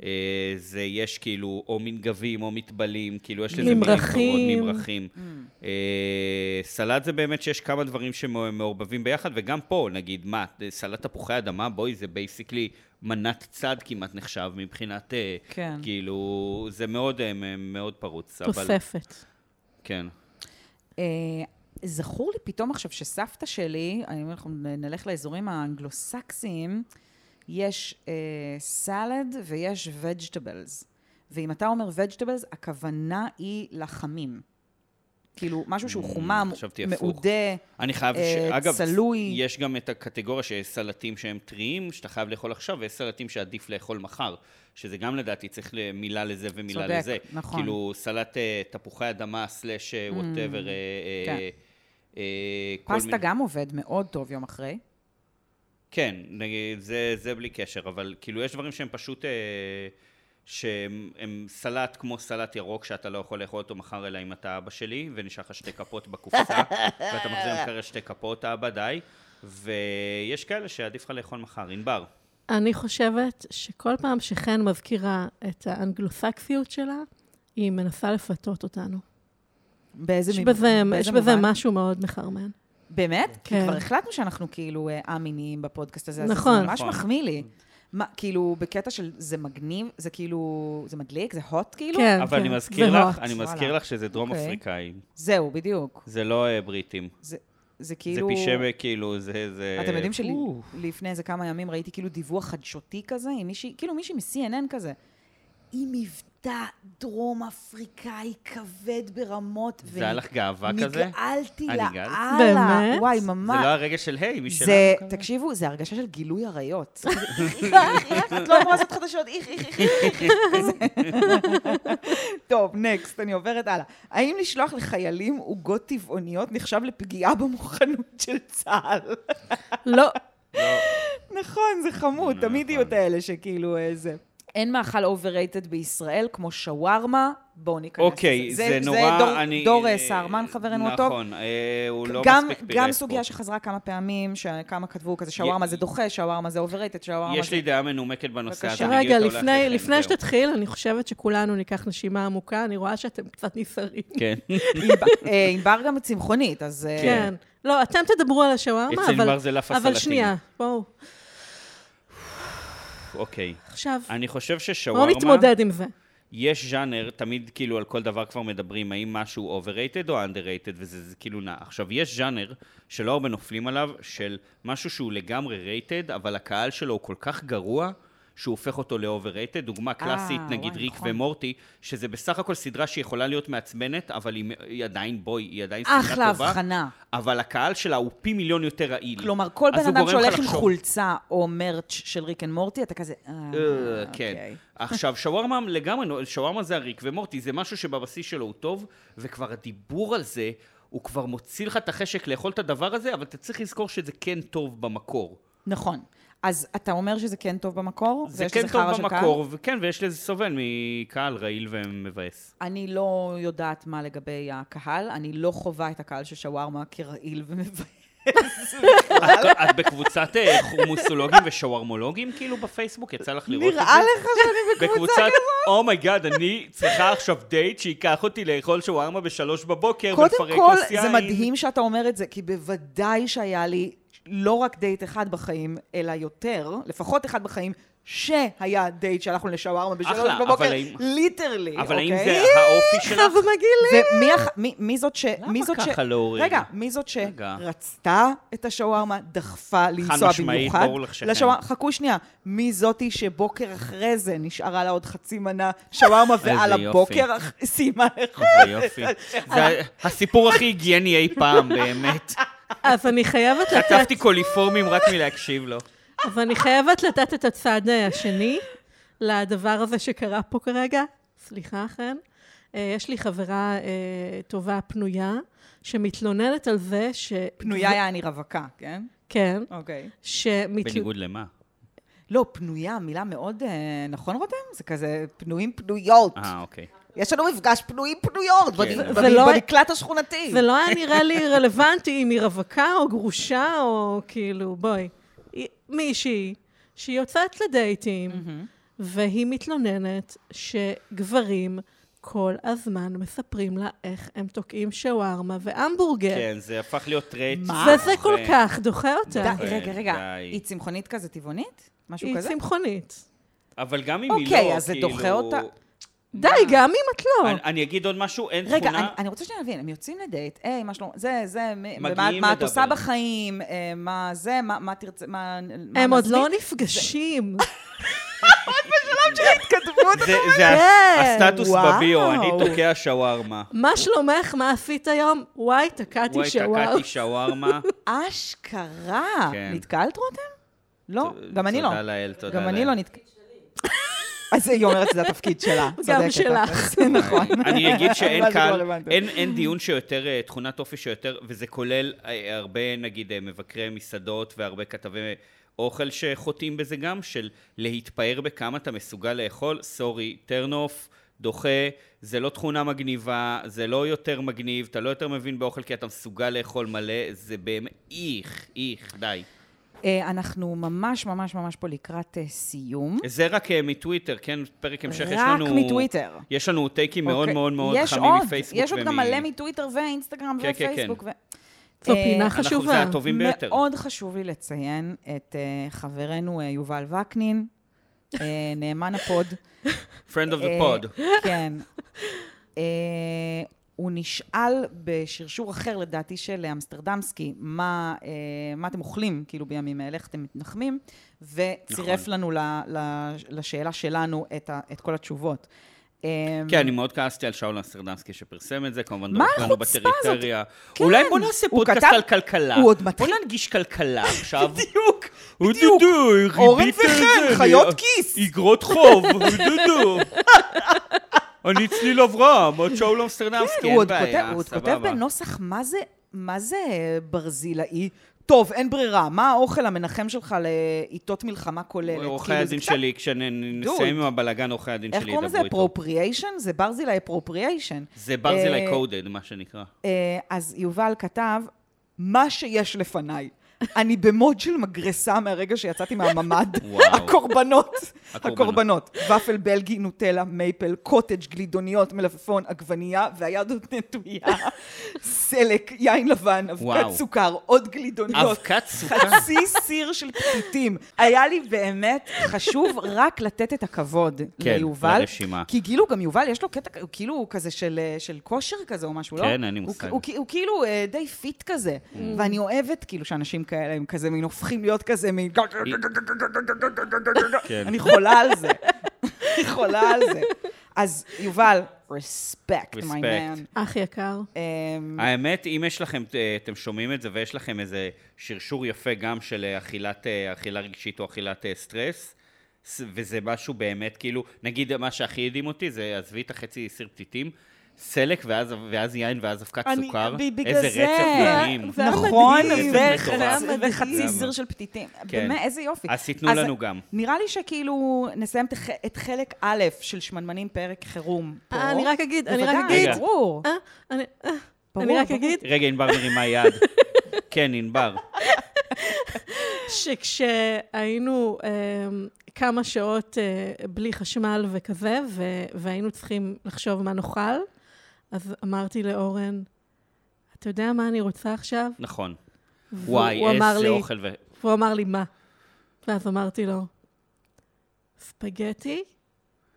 [SPEAKER 2] אה, זה יש כאילו או מנגבים או מתבלים, כאילו יש לזה מילים
[SPEAKER 4] ממרחים.
[SPEAKER 2] קרות, ממרחים.
[SPEAKER 1] Mm.
[SPEAKER 2] אה, סלט זה באמת שיש כמה דברים שמעורבבים ביחד, וגם פה נגיד, מה, סלט תפוחי אדמה, בואי, זה בייסיקלי מנת צד כמעט נחשב מבחינת, אה,
[SPEAKER 1] כן.
[SPEAKER 2] כאילו, זה מאוד, אה, מאוד פרוץ. אבל-
[SPEAKER 4] תוספת.
[SPEAKER 2] כן.
[SPEAKER 1] אה, זכור לי פתאום עכשיו שסבתא שלי, אני אומר לך, נלך לאזורים האנגלוסקסיים, יש סלד ויש וג'טבלס. ואם אתה אומר וג'טבלס, הכוונה היא לחמים. כאילו, משהו שהוא
[SPEAKER 2] Mm,
[SPEAKER 1] חומם,
[SPEAKER 2] חשבתי הפוך.
[SPEAKER 1] מעודה.
[SPEAKER 2] אני חייב, ש...
[SPEAKER 1] אה,
[SPEAKER 2] אגב,
[SPEAKER 1] צלוי.
[SPEAKER 2] יש גם את הקטגוריה שיש סלטים שהם טריים, שאתה חייב לאכול עכשיו, ויש סלטים שעדיף לאכול מחר, שזה גם לדעתי צריך ל- מילה לזה ומילה
[SPEAKER 1] צודק,
[SPEAKER 2] לזה.
[SPEAKER 1] נכון. Mm,
[SPEAKER 2] כאילו, סלט אה, תפוחי אדמה, אה, סלאש וואטאבר,
[SPEAKER 1] כן.
[SPEAKER 2] אה,
[SPEAKER 1] פסטה גם עובד מאוד טוב יום אחרי.
[SPEAKER 2] כן, נגיד, זה, זה בלי קשר, אבל כאילו יש דברים שהם פשוט, אה, שהם הם סלט כמו סלט ירוק, שאתה לא יכול לאכול אותו מחר, אלא אם אתה אבא שלי, ונשאר לך שתי
[SPEAKER 1] <laughs>
[SPEAKER 2] כפות בקופסה, ואתה מחזיר מחר שתי כפות, אבא, די, ויש כאלה שעדיף לך לאכול מחר, ענבר.
[SPEAKER 4] אני חושבת שכל פעם שחן מזכירה את האנגלוסקסיות שלה, היא מנסה לפתות אותנו.
[SPEAKER 1] באיזה
[SPEAKER 4] יש
[SPEAKER 1] מ-
[SPEAKER 4] בזה, יש
[SPEAKER 1] באיזה
[SPEAKER 4] בזה
[SPEAKER 1] מובן?
[SPEAKER 4] משהו מאוד מחרמן.
[SPEAKER 1] באמת? כי
[SPEAKER 4] כן.
[SPEAKER 1] כבר החלטנו שאנחנו כאילו אה, א-מיניים בפודקאסט הזה, אז
[SPEAKER 4] נכון.
[SPEAKER 1] זה ממש
[SPEAKER 2] נכון.
[SPEAKER 1] מחמיא לי. מה, כאילו, בקטע של זה מגניב, זה כאילו, זה מדליק, זה הוט כאילו?
[SPEAKER 4] כן,
[SPEAKER 2] אבל אני
[SPEAKER 4] כן,
[SPEAKER 2] מזכיר
[SPEAKER 4] זה
[SPEAKER 2] לך,
[SPEAKER 4] hot.
[SPEAKER 2] אני מזכיר
[SPEAKER 1] לא וואלה.
[SPEAKER 2] לך שזה דרום
[SPEAKER 1] אוקיי.
[SPEAKER 2] אפריקאים,
[SPEAKER 1] זהו, בדיוק.
[SPEAKER 2] זה לא אה, בריטים.
[SPEAKER 1] זה, זה
[SPEAKER 2] זה
[SPEAKER 1] כאילו...
[SPEAKER 2] פישמק, כאילו, זה... זה-
[SPEAKER 1] אתם יודעים
[SPEAKER 2] אוף.
[SPEAKER 1] שלפני איזה כמה ימים ראיתי כאילו דיווח חדשותי כזה, עם מישהי, כאילו מישהי מ-CNN כזה, עם מבטא דרום אפריקאי כבד ברמות,
[SPEAKER 2] זה היה לך גאווה כזה?
[SPEAKER 1] נגעלתי
[SPEAKER 2] אה, נגעלת?
[SPEAKER 1] לאללה.
[SPEAKER 4] באמת?
[SPEAKER 1] וואי,
[SPEAKER 2] זה לא
[SPEAKER 1] ממש.
[SPEAKER 2] הרגע של היי, מי שלנו.
[SPEAKER 1] זה,
[SPEAKER 2] כזה.
[SPEAKER 1] תקשיבו, זה הרגשה של גילוי עריות.
[SPEAKER 2] <laughs>
[SPEAKER 1] איך, איך, את לא אמורה לעשות חדשות, איך, איך, איך, איך, איך, כזה. <laughs> טוב, נקסט, אני עוברת הלאה. האם לשלוח לחיילים עוגות טבעוניות נחשב לפגיעה במוכנות של צה"ל?
[SPEAKER 4] לא,
[SPEAKER 1] <laughs> נכון, זה חמוד, תמיד יהיו את
[SPEAKER 2] נכון.
[SPEAKER 1] האלה שכאילו איזה. אין מאכל אובררייטד בישראל כמו שווארמה, בואו ניכנס
[SPEAKER 2] אוקיי,
[SPEAKER 1] לזה.
[SPEAKER 2] זה נורא...
[SPEAKER 1] דור-
[SPEAKER 2] אני-
[SPEAKER 1] דור
[SPEAKER 2] אה,
[SPEAKER 1] אה, סהרמן חברנו הטוב.
[SPEAKER 2] נכון, אה, הוא לא
[SPEAKER 1] גם,
[SPEAKER 2] מספיק פירט
[SPEAKER 1] גם
[SPEAKER 2] פה.
[SPEAKER 1] סוגיה שחזרה כמה פעמים, שכמה כתבו כזה, שווארמה
[SPEAKER 2] י-
[SPEAKER 1] זה דוחה, שווארמה זה אובררייטד, שווארמה
[SPEAKER 2] יש
[SPEAKER 1] זה...
[SPEAKER 2] לי דעה מנומקת בנושא הזה.
[SPEAKER 1] בבקשה.
[SPEAKER 2] אני אגיד
[SPEAKER 4] רגע,
[SPEAKER 2] אותה אולי
[SPEAKER 4] לפני,
[SPEAKER 2] אחריכם,
[SPEAKER 4] לפני
[SPEAKER 2] זהו.
[SPEAKER 4] שתתחיל, אני חושבת שכולנו ניקח נשימה עמוקה, אני רואה שאתם קצת נסערים.
[SPEAKER 2] כן. <laughs>
[SPEAKER 1] ענב- אה, ענבר גם צמחונית, אז... אה,
[SPEAKER 4] כן. לא, אתם תדברו על השווארמה,
[SPEAKER 2] אצל
[SPEAKER 4] אבל...
[SPEAKER 2] ענבר זה לאפה
[SPEAKER 4] אבל
[SPEAKER 2] סלטים.
[SPEAKER 4] שנייה, בואו,
[SPEAKER 2] אוקיי.
[SPEAKER 4] עכשיו,
[SPEAKER 2] אני חושב
[SPEAKER 4] בואו
[SPEAKER 2] ששווארמה...
[SPEAKER 4] נתמודד עם זה.
[SPEAKER 2] יש ז'אנר, תמיד כאילו על כל דבר כבר מדברים, האם משהו אובררייטד או אנדררייטד, וזה זה כאילו נע. עכשיו, יש ז'אנר שלא הרבה נופלים עליו, של משהו שהוא לגמרי רייטד, אבל הקהל שלו הוא כל כך גרוע, שהוא הופך אותו ל-overrated. דוגמה קלאסית,
[SPEAKER 1] אה, וואי,
[SPEAKER 2] נגיד ריק
[SPEAKER 1] נכון.
[SPEAKER 2] ומורטי, שזה בסך הכל סדרה שיכולה להיות מעצבנת, אבל היא, היא עדיין, בואי, היא עדיין סדרה טובה.
[SPEAKER 1] אחלה הבחנה.
[SPEAKER 2] אבל הקהל שלה הוא פי מיליון יותר רעיל.
[SPEAKER 1] כלומר, כל
[SPEAKER 2] אז הוא
[SPEAKER 1] בן אדם
[SPEAKER 2] גורם לך
[SPEAKER 1] שהולך עם
[SPEAKER 2] לחשוב,
[SPEAKER 1] חולצה או מרץ' של ריק אנד מורטי, אתה כזה... אה,
[SPEAKER 2] אה, כן.
[SPEAKER 1] אוקיי. <laughs>
[SPEAKER 2] עכשיו, שווארמה לגמרי, נו- שווארמה זה הריק ומורטי, זה משהו שבבסיס שלו הוא טוב, וכבר הדיבור על זה, הוא כבר מוציא לך את החשק לאכול את הדבר הזה, אבל אתה צריך לזכור שזה כן טוב במקור.
[SPEAKER 1] נכון. אז אתה אומר שזה כן טוב במקור?
[SPEAKER 2] זה
[SPEAKER 1] ויש
[SPEAKER 2] כן
[SPEAKER 1] לזה
[SPEAKER 2] טוב
[SPEAKER 1] חרא של קהל?
[SPEAKER 2] במקור, וכן, ויש לזה סובל מקהל רעיל
[SPEAKER 1] <laughs>
[SPEAKER 2] ומבאס.
[SPEAKER 1] אני לא יודעת מה לגבי הקהל, אני לא חווה את הקהל של שווארמה כרעיל ומבאס.
[SPEAKER 2] את את בקבוצת אה,
[SPEAKER 1] <laughs>
[SPEAKER 2] חומוסולוגים ושווארמולוגים, כאילו, בפייסבוק? יצא לך לראות את זה?
[SPEAKER 1] נראה לך שאני בקבוצה
[SPEAKER 2] בקבוצת,
[SPEAKER 1] כזאת?
[SPEAKER 2] אומייגאד, אני צריכה עכשיו דייט שייקח אותי לאכול שווארמה בשלוש בבוקר <laughs>
[SPEAKER 1] קודם
[SPEAKER 2] ולפרק
[SPEAKER 1] כל,
[SPEAKER 2] כוס יין.
[SPEAKER 1] זה מדהים שאתה אומר את זה, כי בוודאי שהיה לי לא רק דייט אחד בחיים, אלא יותר, לפחות אחד בחיים, שהיה דייט שהלכנו לשווארמה בשלוש
[SPEAKER 2] אחלה, אבל
[SPEAKER 1] בבוקר,
[SPEAKER 2] האם-
[SPEAKER 1] ליטרלי,
[SPEAKER 2] אבל
[SPEAKER 1] אוקיי?
[SPEAKER 2] האם זה האופי שלך?
[SPEAKER 4] חווה מגעילה.
[SPEAKER 1] ומי הח... מי, מי זאת ש...
[SPEAKER 2] למה
[SPEAKER 1] מי זאת ש...
[SPEAKER 2] ככה להוריד?
[SPEAKER 1] רגע, מי זאת
[SPEAKER 2] רגע.
[SPEAKER 1] שרצתה את השווארמה, דחפה לנסוע
[SPEAKER 2] משמעית,
[SPEAKER 1] במיוחד?
[SPEAKER 2] ברור לך שכן.
[SPEAKER 1] לשוואר- חכו שנייה. מי זאתי שבוקר אחרי זה נשארה לה עוד חצי מנה
[SPEAKER 2] <laughs>
[SPEAKER 1] שווארמה ועל
[SPEAKER 2] יופי.
[SPEAKER 1] הבוקר <laughs> אח- סיימה לאכול?
[SPEAKER 2] זה יופי. זה הסיפור הכי היגייני אי פעם, באמת.
[SPEAKER 4] אז אני חייבת לתת,
[SPEAKER 2] חטפתי קוליפורמים רק מלהקשיב
[SPEAKER 1] <laughs>
[SPEAKER 2] לו.
[SPEAKER 4] אבל אני חייבת לתת את הצד השני לדבר הזה שקרה פה כרגע. סליחה, חן. אה, יש לי חברה אה, טובה פנויה, שמתלוננת על זה ש...
[SPEAKER 1] פנויה היה אני רווקה, כן?
[SPEAKER 4] כן.
[SPEAKER 1] אוקיי.
[SPEAKER 4] שמת...
[SPEAKER 2] בניגוד למה?
[SPEAKER 1] לא, פנויה, מילה מאוד... אה, נכון, רותם? זה כזה פנויים פנויות.
[SPEAKER 2] אה, כן. אוקיי.
[SPEAKER 1] יש לנו מפגש פנויים פנויות בד-
[SPEAKER 2] אבל-
[SPEAKER 1] בד-
[SPEAKER 4] ולא-
[SPEAKER 1] במקלט השכונתי.
[SPEAKER 4] זה לא היה נראה לי רלוונטי אם היא רווקה או גרושה או כאילו, בואי. היא- מישהי שהיא יוצאת לדייטים, והיא מתלוננת שגברים כל הזמן מספרים לה איך הם תוקעים שווארמה והמבורגר.
[SPEAKER 2] כן, אוקיי. זה הפך להיות טרייט.
[SPEAKER 1] מה?
[SPEAKER 4] וזה כל כך דוחה אותה.
[SPEAKER 1] די, רגע, רגע,
[SPEAKER 2] די.
[SPEAKER 1] היא צמחונית כזה טבעונית? משהו
[SPEAKER 4] היא
[SPEAKER 1] כזה?
[SPEAKER 4] צמחונית.
[SPEAKER 2] אבל גם אם היא לא, כאילו...
[SPEAKER 1] אוקיי, אז זה דוחה אותה?
[SPEAKER 4] די, גם אם את לא.
[SPEAKER 2] אני- אני אגיד עוד משהו, אין
[SPEAKER 1] רגע, אני,
[SPEAKER 2] תכונה...
[SPEAKER 1] אני רוצה שניה להבין, הם יוצאים לדייט, היי, מה שלום, זה, זה, מי-
[SPEAKER 2] מגיעים
[SPEAKER 1] מה, מה את
[SPEAKER 2] לדבר.
[SPEAKER 1] עושה בחיים, אה, מה זה, מה, מה תרצה, מה... מה
[SPEAKER 4] הם עוד
[SPEAKER 1] נזמין?
[SPEAKER 4] לא נפגשים.
[SPEAKER 1] התכתבות.
[SPEAKER 2] זה- זה הס-
[SPEAKER 4] כן,
[SPEAKER 2] הסטטוס
[SPEAKER 1] וואו.
[SPEAKER 2] בביו, אני תוקע שווארמה.
[SPEAKER 4] מה שלומך? מה עשית היום? וואי, תקעתי
[SPEAKER 2] וואי,
[SPEAKER 4] שווארמה.
[SPEAKER 2] תקעתי שווארמה.
[SPEAKER 1] אשכרה.
[SPEAKER 2] כן.
[SPEAKER 1] נתקלת, רותם? לא, גם אני לא.
[SPEAKER 2] תודה לאל, תודה
[SPEAKER 1] גם אני
[SPEAKER 2] לאל.
[SPEAKER 1] לא נתקלת. <laughs> אז היא אומרת שזה התפקיד שלה. צודקת,
[SPEAKER 4] שלך.
[SPEAKER 1] זה <laughs> נכון.
[SPEAKER 2] <laughs> אני אגיד
[SPEAKER 1] <laughs> מה
[SPEAKER 2] שאין
[SPEAKER 1] זה לא
[SPEAKER 2] קהל,
[SPEAKER 1] רלוונטי?
[SPEAKER 2] אין, אין דיון שיותר, אה, תכונת אופי שיותר, וזה כולל אה, הרבה, נגיד, אה, מבקרי מסעדות והרבה כתבי אוכל שחוטאים בזה גם, של להתפאר בכמה אתה מסוגל לאכול, סורי, turn off, דוחה, זה לא תכונה מגניבה, זה לא יותר מגניב, אתה לא יותר מבין באוכל כי אתה מסוגל לאכול מלא, זה באמת, איך, איך, די.
[SPEAKER 1] אה, אנחנו ממש ממש ממש פה לקראת אה, סיום.
[SPEAKER 2] זה רק אה, מטוויטר, כן? פרק המשך, יש
[SPEAKER 1] רק
[SPEAKER 2] לנו...
[SPEAKER 1] מטוויטר.
[SPEAKER 2] יש לנו טייקים מאוד
[SPEAKER 1] אוקיי.
[SPEAKER 2] מאוד מאוד
[SPEAKER 1] יש
[SPEAKER 2] חמים
[SPEAKER 1] עוד,
[SPEAKER 2] מפייסבוק
[SPEAKER 1] יש עוד גם מלא מטוויטר ואינסטגרם
[SPEAKER 2] כן, כן,
[SPEAKER 1] ופייסבוק.
[SPEAKER 2] כן.
[SPEAKER 1] ו-
[SPEAKER 4] זו
[SPEAKER 1] אה,
[SPEAKER 4] פינה
[SPEAKER 2] אנחנו-
[SPEAKER 4] חשובה.
[SPEAKER 2] זה הטובים ביותר.
[SPEAKER 1] מאוד אה, חשוב לי לציין את אה, חברנו אה, יובל וקנין, אה, נאמן הפוד.
[SPEAKER 2] Friend of
[SPEAKER 1] אה,
[SPEAKER 2] the pod.
[SPEAKER 1] כן. אה, הוא נשאל בשרשור אחר, לדעתי, של אמסטרדמסקי, מה, אה, מה אתם אוכלים, כאילו, בימים האלה, איך אתם מתנחמים, וצירף
[SPEAKER 2] נכון.
[SPEAKER 1] לנו ל, ל, לשאלה שלנו את, ה, את כל התשובות. אה,
[SPEAKER 2] כן, אני מאוד כעסתי על שאול אמסטרדמסקי שפרסם את זה, כמובן
[SPEAKER 1] מה
[SPEAKER 2] דרך לנו
[SPEAKER 1] החוצפה הזאת?
[SPEAKER 2] בטריטריה.
[SPEAKER 1] כן.
[SPEAKER 2] אולי בוא נעשה
[SPEAKER 1] הוא
[SPEAKER 2] פודקאסט
[SPEAKER 1] כתב-
[SPEAKER 2] על כלכלה.
[SPEAKER 1] הוא עוד מתחיל-
[SPEAKER 2] בוא ננגיש כלכלה
[SPEAKER 1] <laughs>
[SPEAKER 2] עכשיו.
[SPEAKER 1] בדיוק,
[SPEAKER 2] הוא
[SPEAKER 1] בדיוק.
[SPEAKER 2] דודו, ריבית
[SPEAKER 1] אורן
[SPEAKER 2] זה,
[SPEAKER 1] וחן, חיות כיס.
[SPEAKER 2] איגרות חוב, הוא דודו. <laughs> אני צליל אברהם, עוד שאול אמסטרדמסקי,
[SPEAKER 1] כן, הוא
[SPEAKER 2] אין
[SPEAKER 1] עוד כותב,
[SPEAKER 2] בעיה,
[SPEAKER 1] הוא עוד כותב
[SPEAKER 2] סבבה.
[SPEAKER 1] בנוסח מה זה, מה זה ברזילאי. טוב, אין ברירה, מה האוכל המנחם שלך לעיתות מלחמה כוללת?
[SPEAKER 2] עורכי
[SPEAKER 1] כאילו, זה
[SPEAKER 2] הדין
[SPEAKER 1] קצת-
[SPEAKER 2] שלי, כשנסיים עם הבלאגן, עורכי הדין
[SPEAKER 1] איך
[SPEAKER 2] שלי
[SPEAKER 1] קוראים לזה?
[SPEAKER 2] ידברו איתו.
[SPEAKER 1] אפרופריאשן? זה ברזילי אפרופריאשן.
[SPEAKER 2] זה ברזילי
[SPEAKER 1] אה,
[SPEAKER 2] קודד, מה שנקרא.
[SPEAKER 1] אה, אז יובל כתב, מה שיש
[SPEAKER 2] <laughs>
[SPEAKER 1] לפניי. אני במוד של מגרסה מהרגע שיצאתי מהממ"ד.
[SPEAKER 2] <laughs> וואו.
[SPEAKER 1] הקורבנות,
[SPEAKER 2] <laughs> הקורבנות.
[SPEAKER 1] הקורבנות. ופל בלגי, נוטלה, מייפל, קוטג', גלידוניות, מלפפון, עגבנייה, והיד עוד נטויה.
[SPEAKER 2] <laughs>
[SPEAKER 1] סלק, יין לבן, אבקת
[SPEAKER 2] וואו.
[SPEAKER 1] סוכר, עוד גלידוניות.
[SPEAKER 2] אבקת סוכר.
[SPEAKER 1] חצי סיר של פתיתים. היה לי באמת חשוב רק לתת את הכבוד
[SPEAKER 2] כן,
[SPEAKER 1] ליובל.
[SPEAKER 2] לרשימה.
[SPEAKER 1] כי כאילו, גם יובל, יש לו קטע, הוא כאילו הוא כזה של, אה, של כושר כזה או משהו, לא?
[SPEAKER 2] כן, אין לי מושג. Mm.
[SPEAKER 1] הוא, הוא, הוא, הוא כאילו אה, די פיט כזה, ואני אוהבת כאילו שאנשים כאלה, הם כזה מין הופכים להיות כזה מין...
[SPEAKER 2] אה,
[SPEAKER 1] <laughs>
[SPEAKER 2] כן.
[SPEAKER 1] אני חולה על זה. אני חולה על זה. אז יובל, respect, my
[SPEAKER 2] Respect.
[SPEAKER 1] man.
[SPEAKER 4] אח יקר.
[SPEAKER 1] אמ,
[SPEAKER 2] האמת, אם יש לכם, אה, אתם שומעים את זה ויש לכם איזה שרשור יפה גם של אכילת, אה, אכילה רגשית או אכילת אה, סטרס, ס- וזה משהו באמת, כאילו, נגיד מה שהכי הדהים אותי זה עזבי את החצי סיר פתיתים, סלק ואז, ואז יין ואז אבקת
[SPEAKER 5] אני-
[SPEAKER 2] סוכר,
[SPEAKER 5] ב- בגלל
[SPEAKER 2] איזה
[SPEAKER 1] זה.
[SPEAKER 2] רצף נעים.
[SPEAKER 5] זה היה
[SPEAKER 1] נכון,
[SPEAKER 5] מדהים.
[SPEAKER 1] ו-
[SPEAKER 2] זה
[SPEAKER 1] וחצי-
[SPEAKER 2] היה
[SPEAKER 5] מדהים.
[SPEAKER 1] וחצי
[SPEAKER 2] למה?
[SPEAKER 1] זיר של פתיתים.
[SPEAKER 2] כן.
[SPEAKER 1] באמת, איזה יופי.
[SPEAKER 2] אז תיתנו לנו גם.
[SPEAKER 1] נראה לי שכאילו נסיים את הח- את חלק א' של שמנמנים פרק חירום פה.
[SPEAKER 4] אה, אני רק אגיד, אני רק
[SPEAKER 1] בוודאי,
[SPEAKER 4] אגיד,
[SPEAKER 2] רגע.
[SPEAKER 1] ברור.
[SPEAKER 4] אה, אני- אה,
[SPEAKER 1] ברור,
[SPEAKER 4] אני רק
[SPEAKER 1] ברור.
[SPEAKER 4] אגיד
[SPEAKER 2] רגע, ענבר מרימה
[SPEAKER 4] <laughs>
[SPEAKER 2] יד. כן, ענבר.
[SPEAKER 4] שכשהיינו אה, כמה שעות אה, בלי חשמל וכזה, ו- והיינו צריכים לחשוב מה נאכל, אז אמרתי לאורן, אתה יודע מה אני רוצה עכשיו?
[SPEAKER 2] נכון.
[SPEAKER 4] והוא-
[SPEAKER 2] וואי,
[SPEAKER 4] הוא אמר
[SPEAKER 2] איזה
[SPEAKER 4] לי-
[SPEAKER 2] אוכל ו...
[SPEAKER 4] והוא אמר לי, מה? ואז אמרתי לו, ספגטי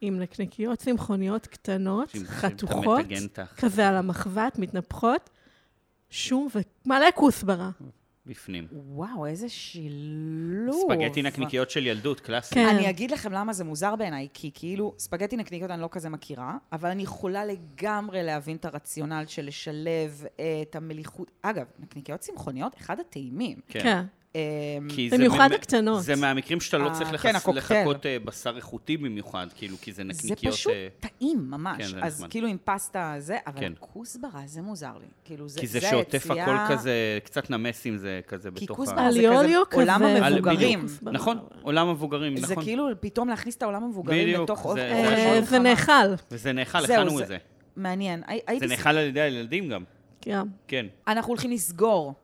[SPEAKER 4] עם נקניקיות צמחוניות קטנות,
[SPEAKER 2] תקשיב, תקשיב, אתה
[SPEAKER 4] חתוכות,
[SPEAKER 2] מטגן את ה-
[SPEAKER 4] כזה על המחבת, מתנפחות, שום ומלא כוסברה.
[SPEAKER 2] בפנים.
[SPEAKER 1] וואו, איזה שילוב.
[SPEAKER 2] ספגטי נקניקיות של ילדות, קלאסי.
[SPEAKER 4] לא, כן.
[SPEAKER 1] אני אגיד לכם למה זה מוזר בעיניי, כי כאילו, ספגטי נקניקיות אני לא כזה מכירה, אבל אני יכולה לגמרי להבין את הרציונל של לשלב אה, את המליחות. אגב, נקניקיות צמחוניות, אחד הטעימים.
[SPEAKER 4] כן.
[SPEAKER 1] אמ,
[SPEAKER 2] כי
[SPEAKER 4] במיוחד
[SPEAKER 2] ממ-
[SPEAKER 4] הקטנות.
[SPEAKER 2] זה מהמקרים שאתה לא
[SPEAKER 1] אה,
[SPEAKER 2] צריך
[SPEAKER 1] כן,
[SPEAKER 2] לחס-
[SPEAKER 1] הקוקטייל.
[SPEAKER 2] לחכות אה, בשר איכותי במיוחד, כאילו, כי זה
[SPEAKER 1] זה
[SPEAKER 2] נקניקיות...
[SPEAKER 1] פשוט
[SPEAKER 2] אה,
[SPEAKER 1] טעים ממש.
[SPEAKER 2] כן, זה
[SPEAKER 1] אז
[SPEAKER 2] נחמד.
[SPEAKER 1] כאילו עם פסטה זה, אבל
[SPEAKER 2] כן.
[SPEAKER 1] כוסברה זה מוזר לי. כאילו זה
[SPEAKER 2] כי זה
[SPEAKER 1] זה
[SPEAKER 2] שעוטף
[SPEAKER 1] היציאה-
[SPEAKER 2] הכל כזה, קצת נמסים אה, זה כזה
[SPEAKER 1] כי
[SPEAKER 2] בתוך
[SPEAKER 1] כוסברה
[SPEAKER 2] ה...
[SPEAKER 1] זה כזה
[SPEAKER 4] אליוליו כזה.
[SPEAKER 1] עולם
[SPEAKER 4] על-
[SPEAKER 1] המבוגרים.
[SPEAKER 4] בדיוק. אה, כוסברה.
[SPEAKER 2] נכון, עולם המבוגרים,
[SPEAKER 1] זה
[SPEAKER 2] נכון.
[SPEAKER 1] כאילו פתאום להכניס את העולם המבוגרים
[SPEAKER 2] בדיוק,
[SPEAKER 1] לתוך
[SPEAKER 2] זה-
[SPEAKER 1] אוכל.
[SPEAKER 2] זה
[SPEAKER 1] אוכל
[SPEAKER 4] אה,
[SPEAKER 2] משהו
[SPEAKER 1] חמה.
[SPEAKER 4] זה נאכל.
[SPEAKER 2] וזה נאכל,
[SPEAKER 1] זהו,
[SPEAKER 2] הכנו את זה.
[SPEAKER 1] מעניין. הי-
[SPEAKER 2] זה
[SPEAKER 1] הייתי
[SPEAKER 2] נאכל על ידי הילדים גם,
[SPEAKER 4] כן.
[SPEAKER 2] כן.
[SPEAKER 1] אנחנו הולכים לסגור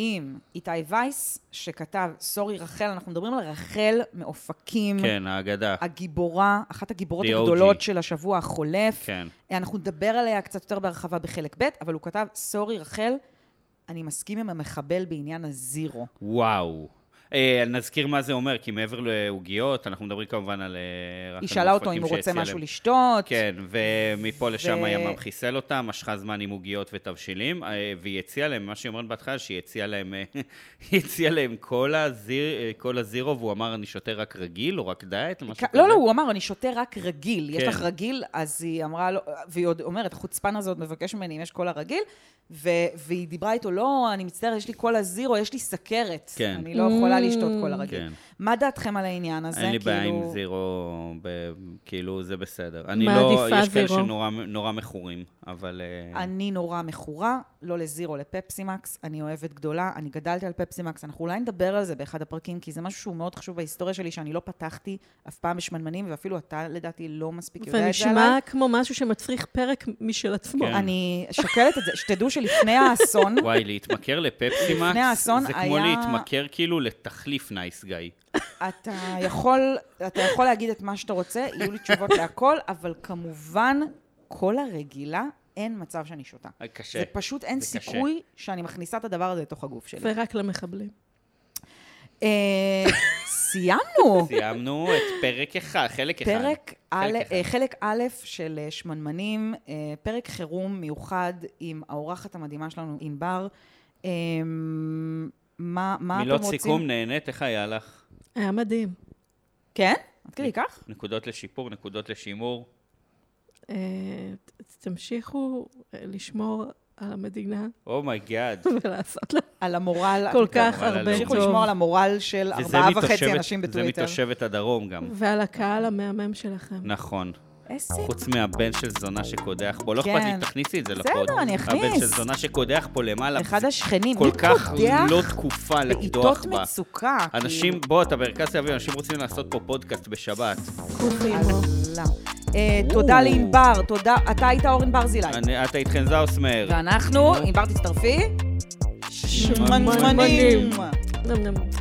[SPEAKER 1] עם איתי וייס, שכתב, סורי רחל, אנחנו מדברים על רחל מאופקים.
[SPEAKER 2] כן, האגדה.
[SPEAKER 1] הגיבורה, אחת הגיבורות
[SPEAKER 2] The OG.
[SPEAKER 1] הגדולות של השבוע החולף. אה,
[SPEAKER 2] כן.
[SPEAKER 1] אנחנו נדבר עליה קצת יותר בהרחבה בחלק ב', אבל הוא כתב, סורי רחל, אני מסכים עם המחבל בעניין הזירו.
[SPEAKER 2] וואו. אה, נזכיר מה זה אומר, כי מעבר לעוגיות, אנחנו מדברים כמובן על... אה, רק
[SPEAKER 1] היא
[SPEAKER 2] על
[SPEAKER 1] שאלה אותו אם
[SPEAKER 2] מאופקים
[SPEAKER 1] הוא רוצה
[SPEAKER 2] שהציע
[SPEAKER 1] משהו
[SPEAKER 2] להם.
[SPEAKER 1] לשתות.
[SPEAKER 2] כן, ומפה לשם
[SPEAKER 1] ו-
[SPEAKER 2] הימ"מ חיסל אותה, משכה זמן עם עוגיות ותבשילים, אה, והיא הציעה להם, מה שהיא אומרת בהתחלה, שהיא הציעה להם, אה, <laughs> היא הציעה להם קולה, זיר- אה, קולה זירו, והוא אמר, אני שותה רק רגיל או רק דיאט, משהו
[SPEAKER 1] כ-
[SPEAKER 2] כזה.
[SPEAKER 1] לא, לא, הוא אמר, אני שותה רק רגיל. יש
[SPEAKER 2] כן.
[SPEAKER 1] לך רגיל? אז היא אמרה לו, והיא עוד אומרת, החוצפן הזה עוד מבקש ממני אם יש קולה רגיל, ו- והיא דיברה איתו, לא, אני מצטערת, יש לי קולה זירו, יש לי סכרת.
[SPEAKER 2] כן.
[SPEAKER 1] אני לא יכולה לשתות קולה רגיל.
[SPEAKER 2] כן.
[SPEAKER 1] מה דעתכם על העניין הזה?
[SPEAKER 2] אין לי בעיה עם
[SPEAKER 1] כאילו-
[SPEAKER 2] זירו, ב- כאילו, זה בסדר. אני לא,
[SPEAKER 4] מעדיפה
[SPEAKER 2] יש כאלה
[SPEAKER 4] זירו.
[SPEAKER 2] שנורא נורא מכורים, אבל... אה,
[SPEAKER 1] אני נורא מכורה, לא לזירו, לפפסימקס, אני אוהבת גדולה, אני גדלתי על פפסימקס, אנחנו אולי נדבר על זה באחד הפרקים, כי זה משהו שהוא מאוד חשוב בהיסטוריה שלי, שאני לא פתחתי אף פעם בשמנמנים, ואפילו אתה לדעתי לא מספיק יודע את זה עליי.
[SPEAKER 4] ונשמע כמו משהו שמצריך פרק משל עצמו.
[SPEAKER 2] כן.
[SPEAKER 1] אני שוקלת את זה, שתדעו שלפני האסון,
[SPEAKER 2] וואי,
[SPEAKER 1] <laughs>
[SPEAKER 2] להתמכר
[SPEAKER 1] לפני
[SPEAKER 2] לפפסימקס,
[SPEAKER 1] האסון
[SPEAKER 2] זה כמו
[SPEAKER 1] היה-
[SPEAKER 2] להתמכר כאילו לתחליף נייס גאי.
[SPEAKER 1] אתה יכול, אתה יכול להגיד את מה שאתה רוצה, יהיו לי תשובות להכל, אבל כמובן, כל הרגילה, אין מצב שאני שותה.
[SPEAKER 2] אה, קשה.
[SPEAKER 1] זה פשוט אין
[SPEAKER 2] כן. זה קשה.
[SPEAKER 1] סיכוי שאני מכניסה את הדבר הזה לתוך הגוף שלי.
[SPEAKER 4] ורק למחבלים.
[SPEAKER 1] אה,
[SPEAKER 2] <laughs>
[SPEAKER 1] סיימנו.
[SPEAKER 2] סיימנו את פרק אחד, חלק אחד.
[SPEAKER 1] פרק א',
[SPEAKER 2] אחד.
[SPEAKER 1] אה, חלק א' של אה, שמנמנים, אה, פרק חירום מיוחד עם האורחת המדהימה שלנו, ענבר. אה, מה מה אתם רוצים?
[SPEAKER 2] מילות סיכום, נהנית, איך היה לך?
[SPEAKER 4] היה מדהים.
[SPEAKER 1] כן? עד כדי כך?
[SPEAKER 2] נקודות לשיפור, נקודות לשימור.
[SPEAKER 4] אה, ת- תמשיכו אה, לשמור על המדינה <laughs>
[SPEAKER 1] <laughs>
[SPEAKER 2] Oh אומייגאד.
[SPEAKER 4] ולעשות לה
[SPEAKER 1] על המורל.
[SPEAKER 4] כל כך
[SPEAKER 2] אבל על
[SPEAKER 4] הרבה
[SPEAKER 1] תמשיכו
[SPEAKER 2] תמשיכו
[SPEAKER 4] טוב.
[SPEAKER 1] לשמור על המורל של ארבעה וחצי אנשים
[SPEAKER 2] זה
[SPEAKER 1] בטוויטר.
[SPEAKER 2] מתושבת הדרום גם.
[SPEAKER 4] ועל הקהל המהמם שלכם.
[SPEAKER 2] נכון.
[SPEAKER 1] איזה...
[SPEAKER 2] חוץ מהבן של זונה שקודח פה, לא
[SPEAKER 1] כן.
[SPEAKER 2] אכפת לי, תכניסי את זה
[SPEAKER 1] בסדר,
[SPEAKER 2] לפוד.
[SPEAKER 1] אני אכניס.
[SPEAKER 2] הבן של זונה שקודח פה למעלה.
[SPEAKER 1] אחד
[SPEAKER 2] זה
[SPEAKER 1] השכנים, מי
[SPEAKER 2] כל כך
[SPEAKER 1] קודח
[SPEAKER 2] לא תקופה לקדוח
[SPEAKER 1] בעיתות
[SPEAKER 2] בה.
[SPEAKER 1] מצוקה. כאילו.
[SPEAKER 2] אנשים, בוא, אתה במרכז תל אביב, אנשים רוצים לעשות פה פודקאסט בשבת.
[SPEAKER 4] חופים.
[SPEAKER 1] אללה. אה, תודה לענבר, תודה. אתה היית אורן ברזילי.
[SPEAKER 2] אני- לא- את היית חן זאוסמר.
[SPEAKER 1] ואנחנו, ענבר תצטרפי.
[SPEAKER 4] שמנמנים. נם נם.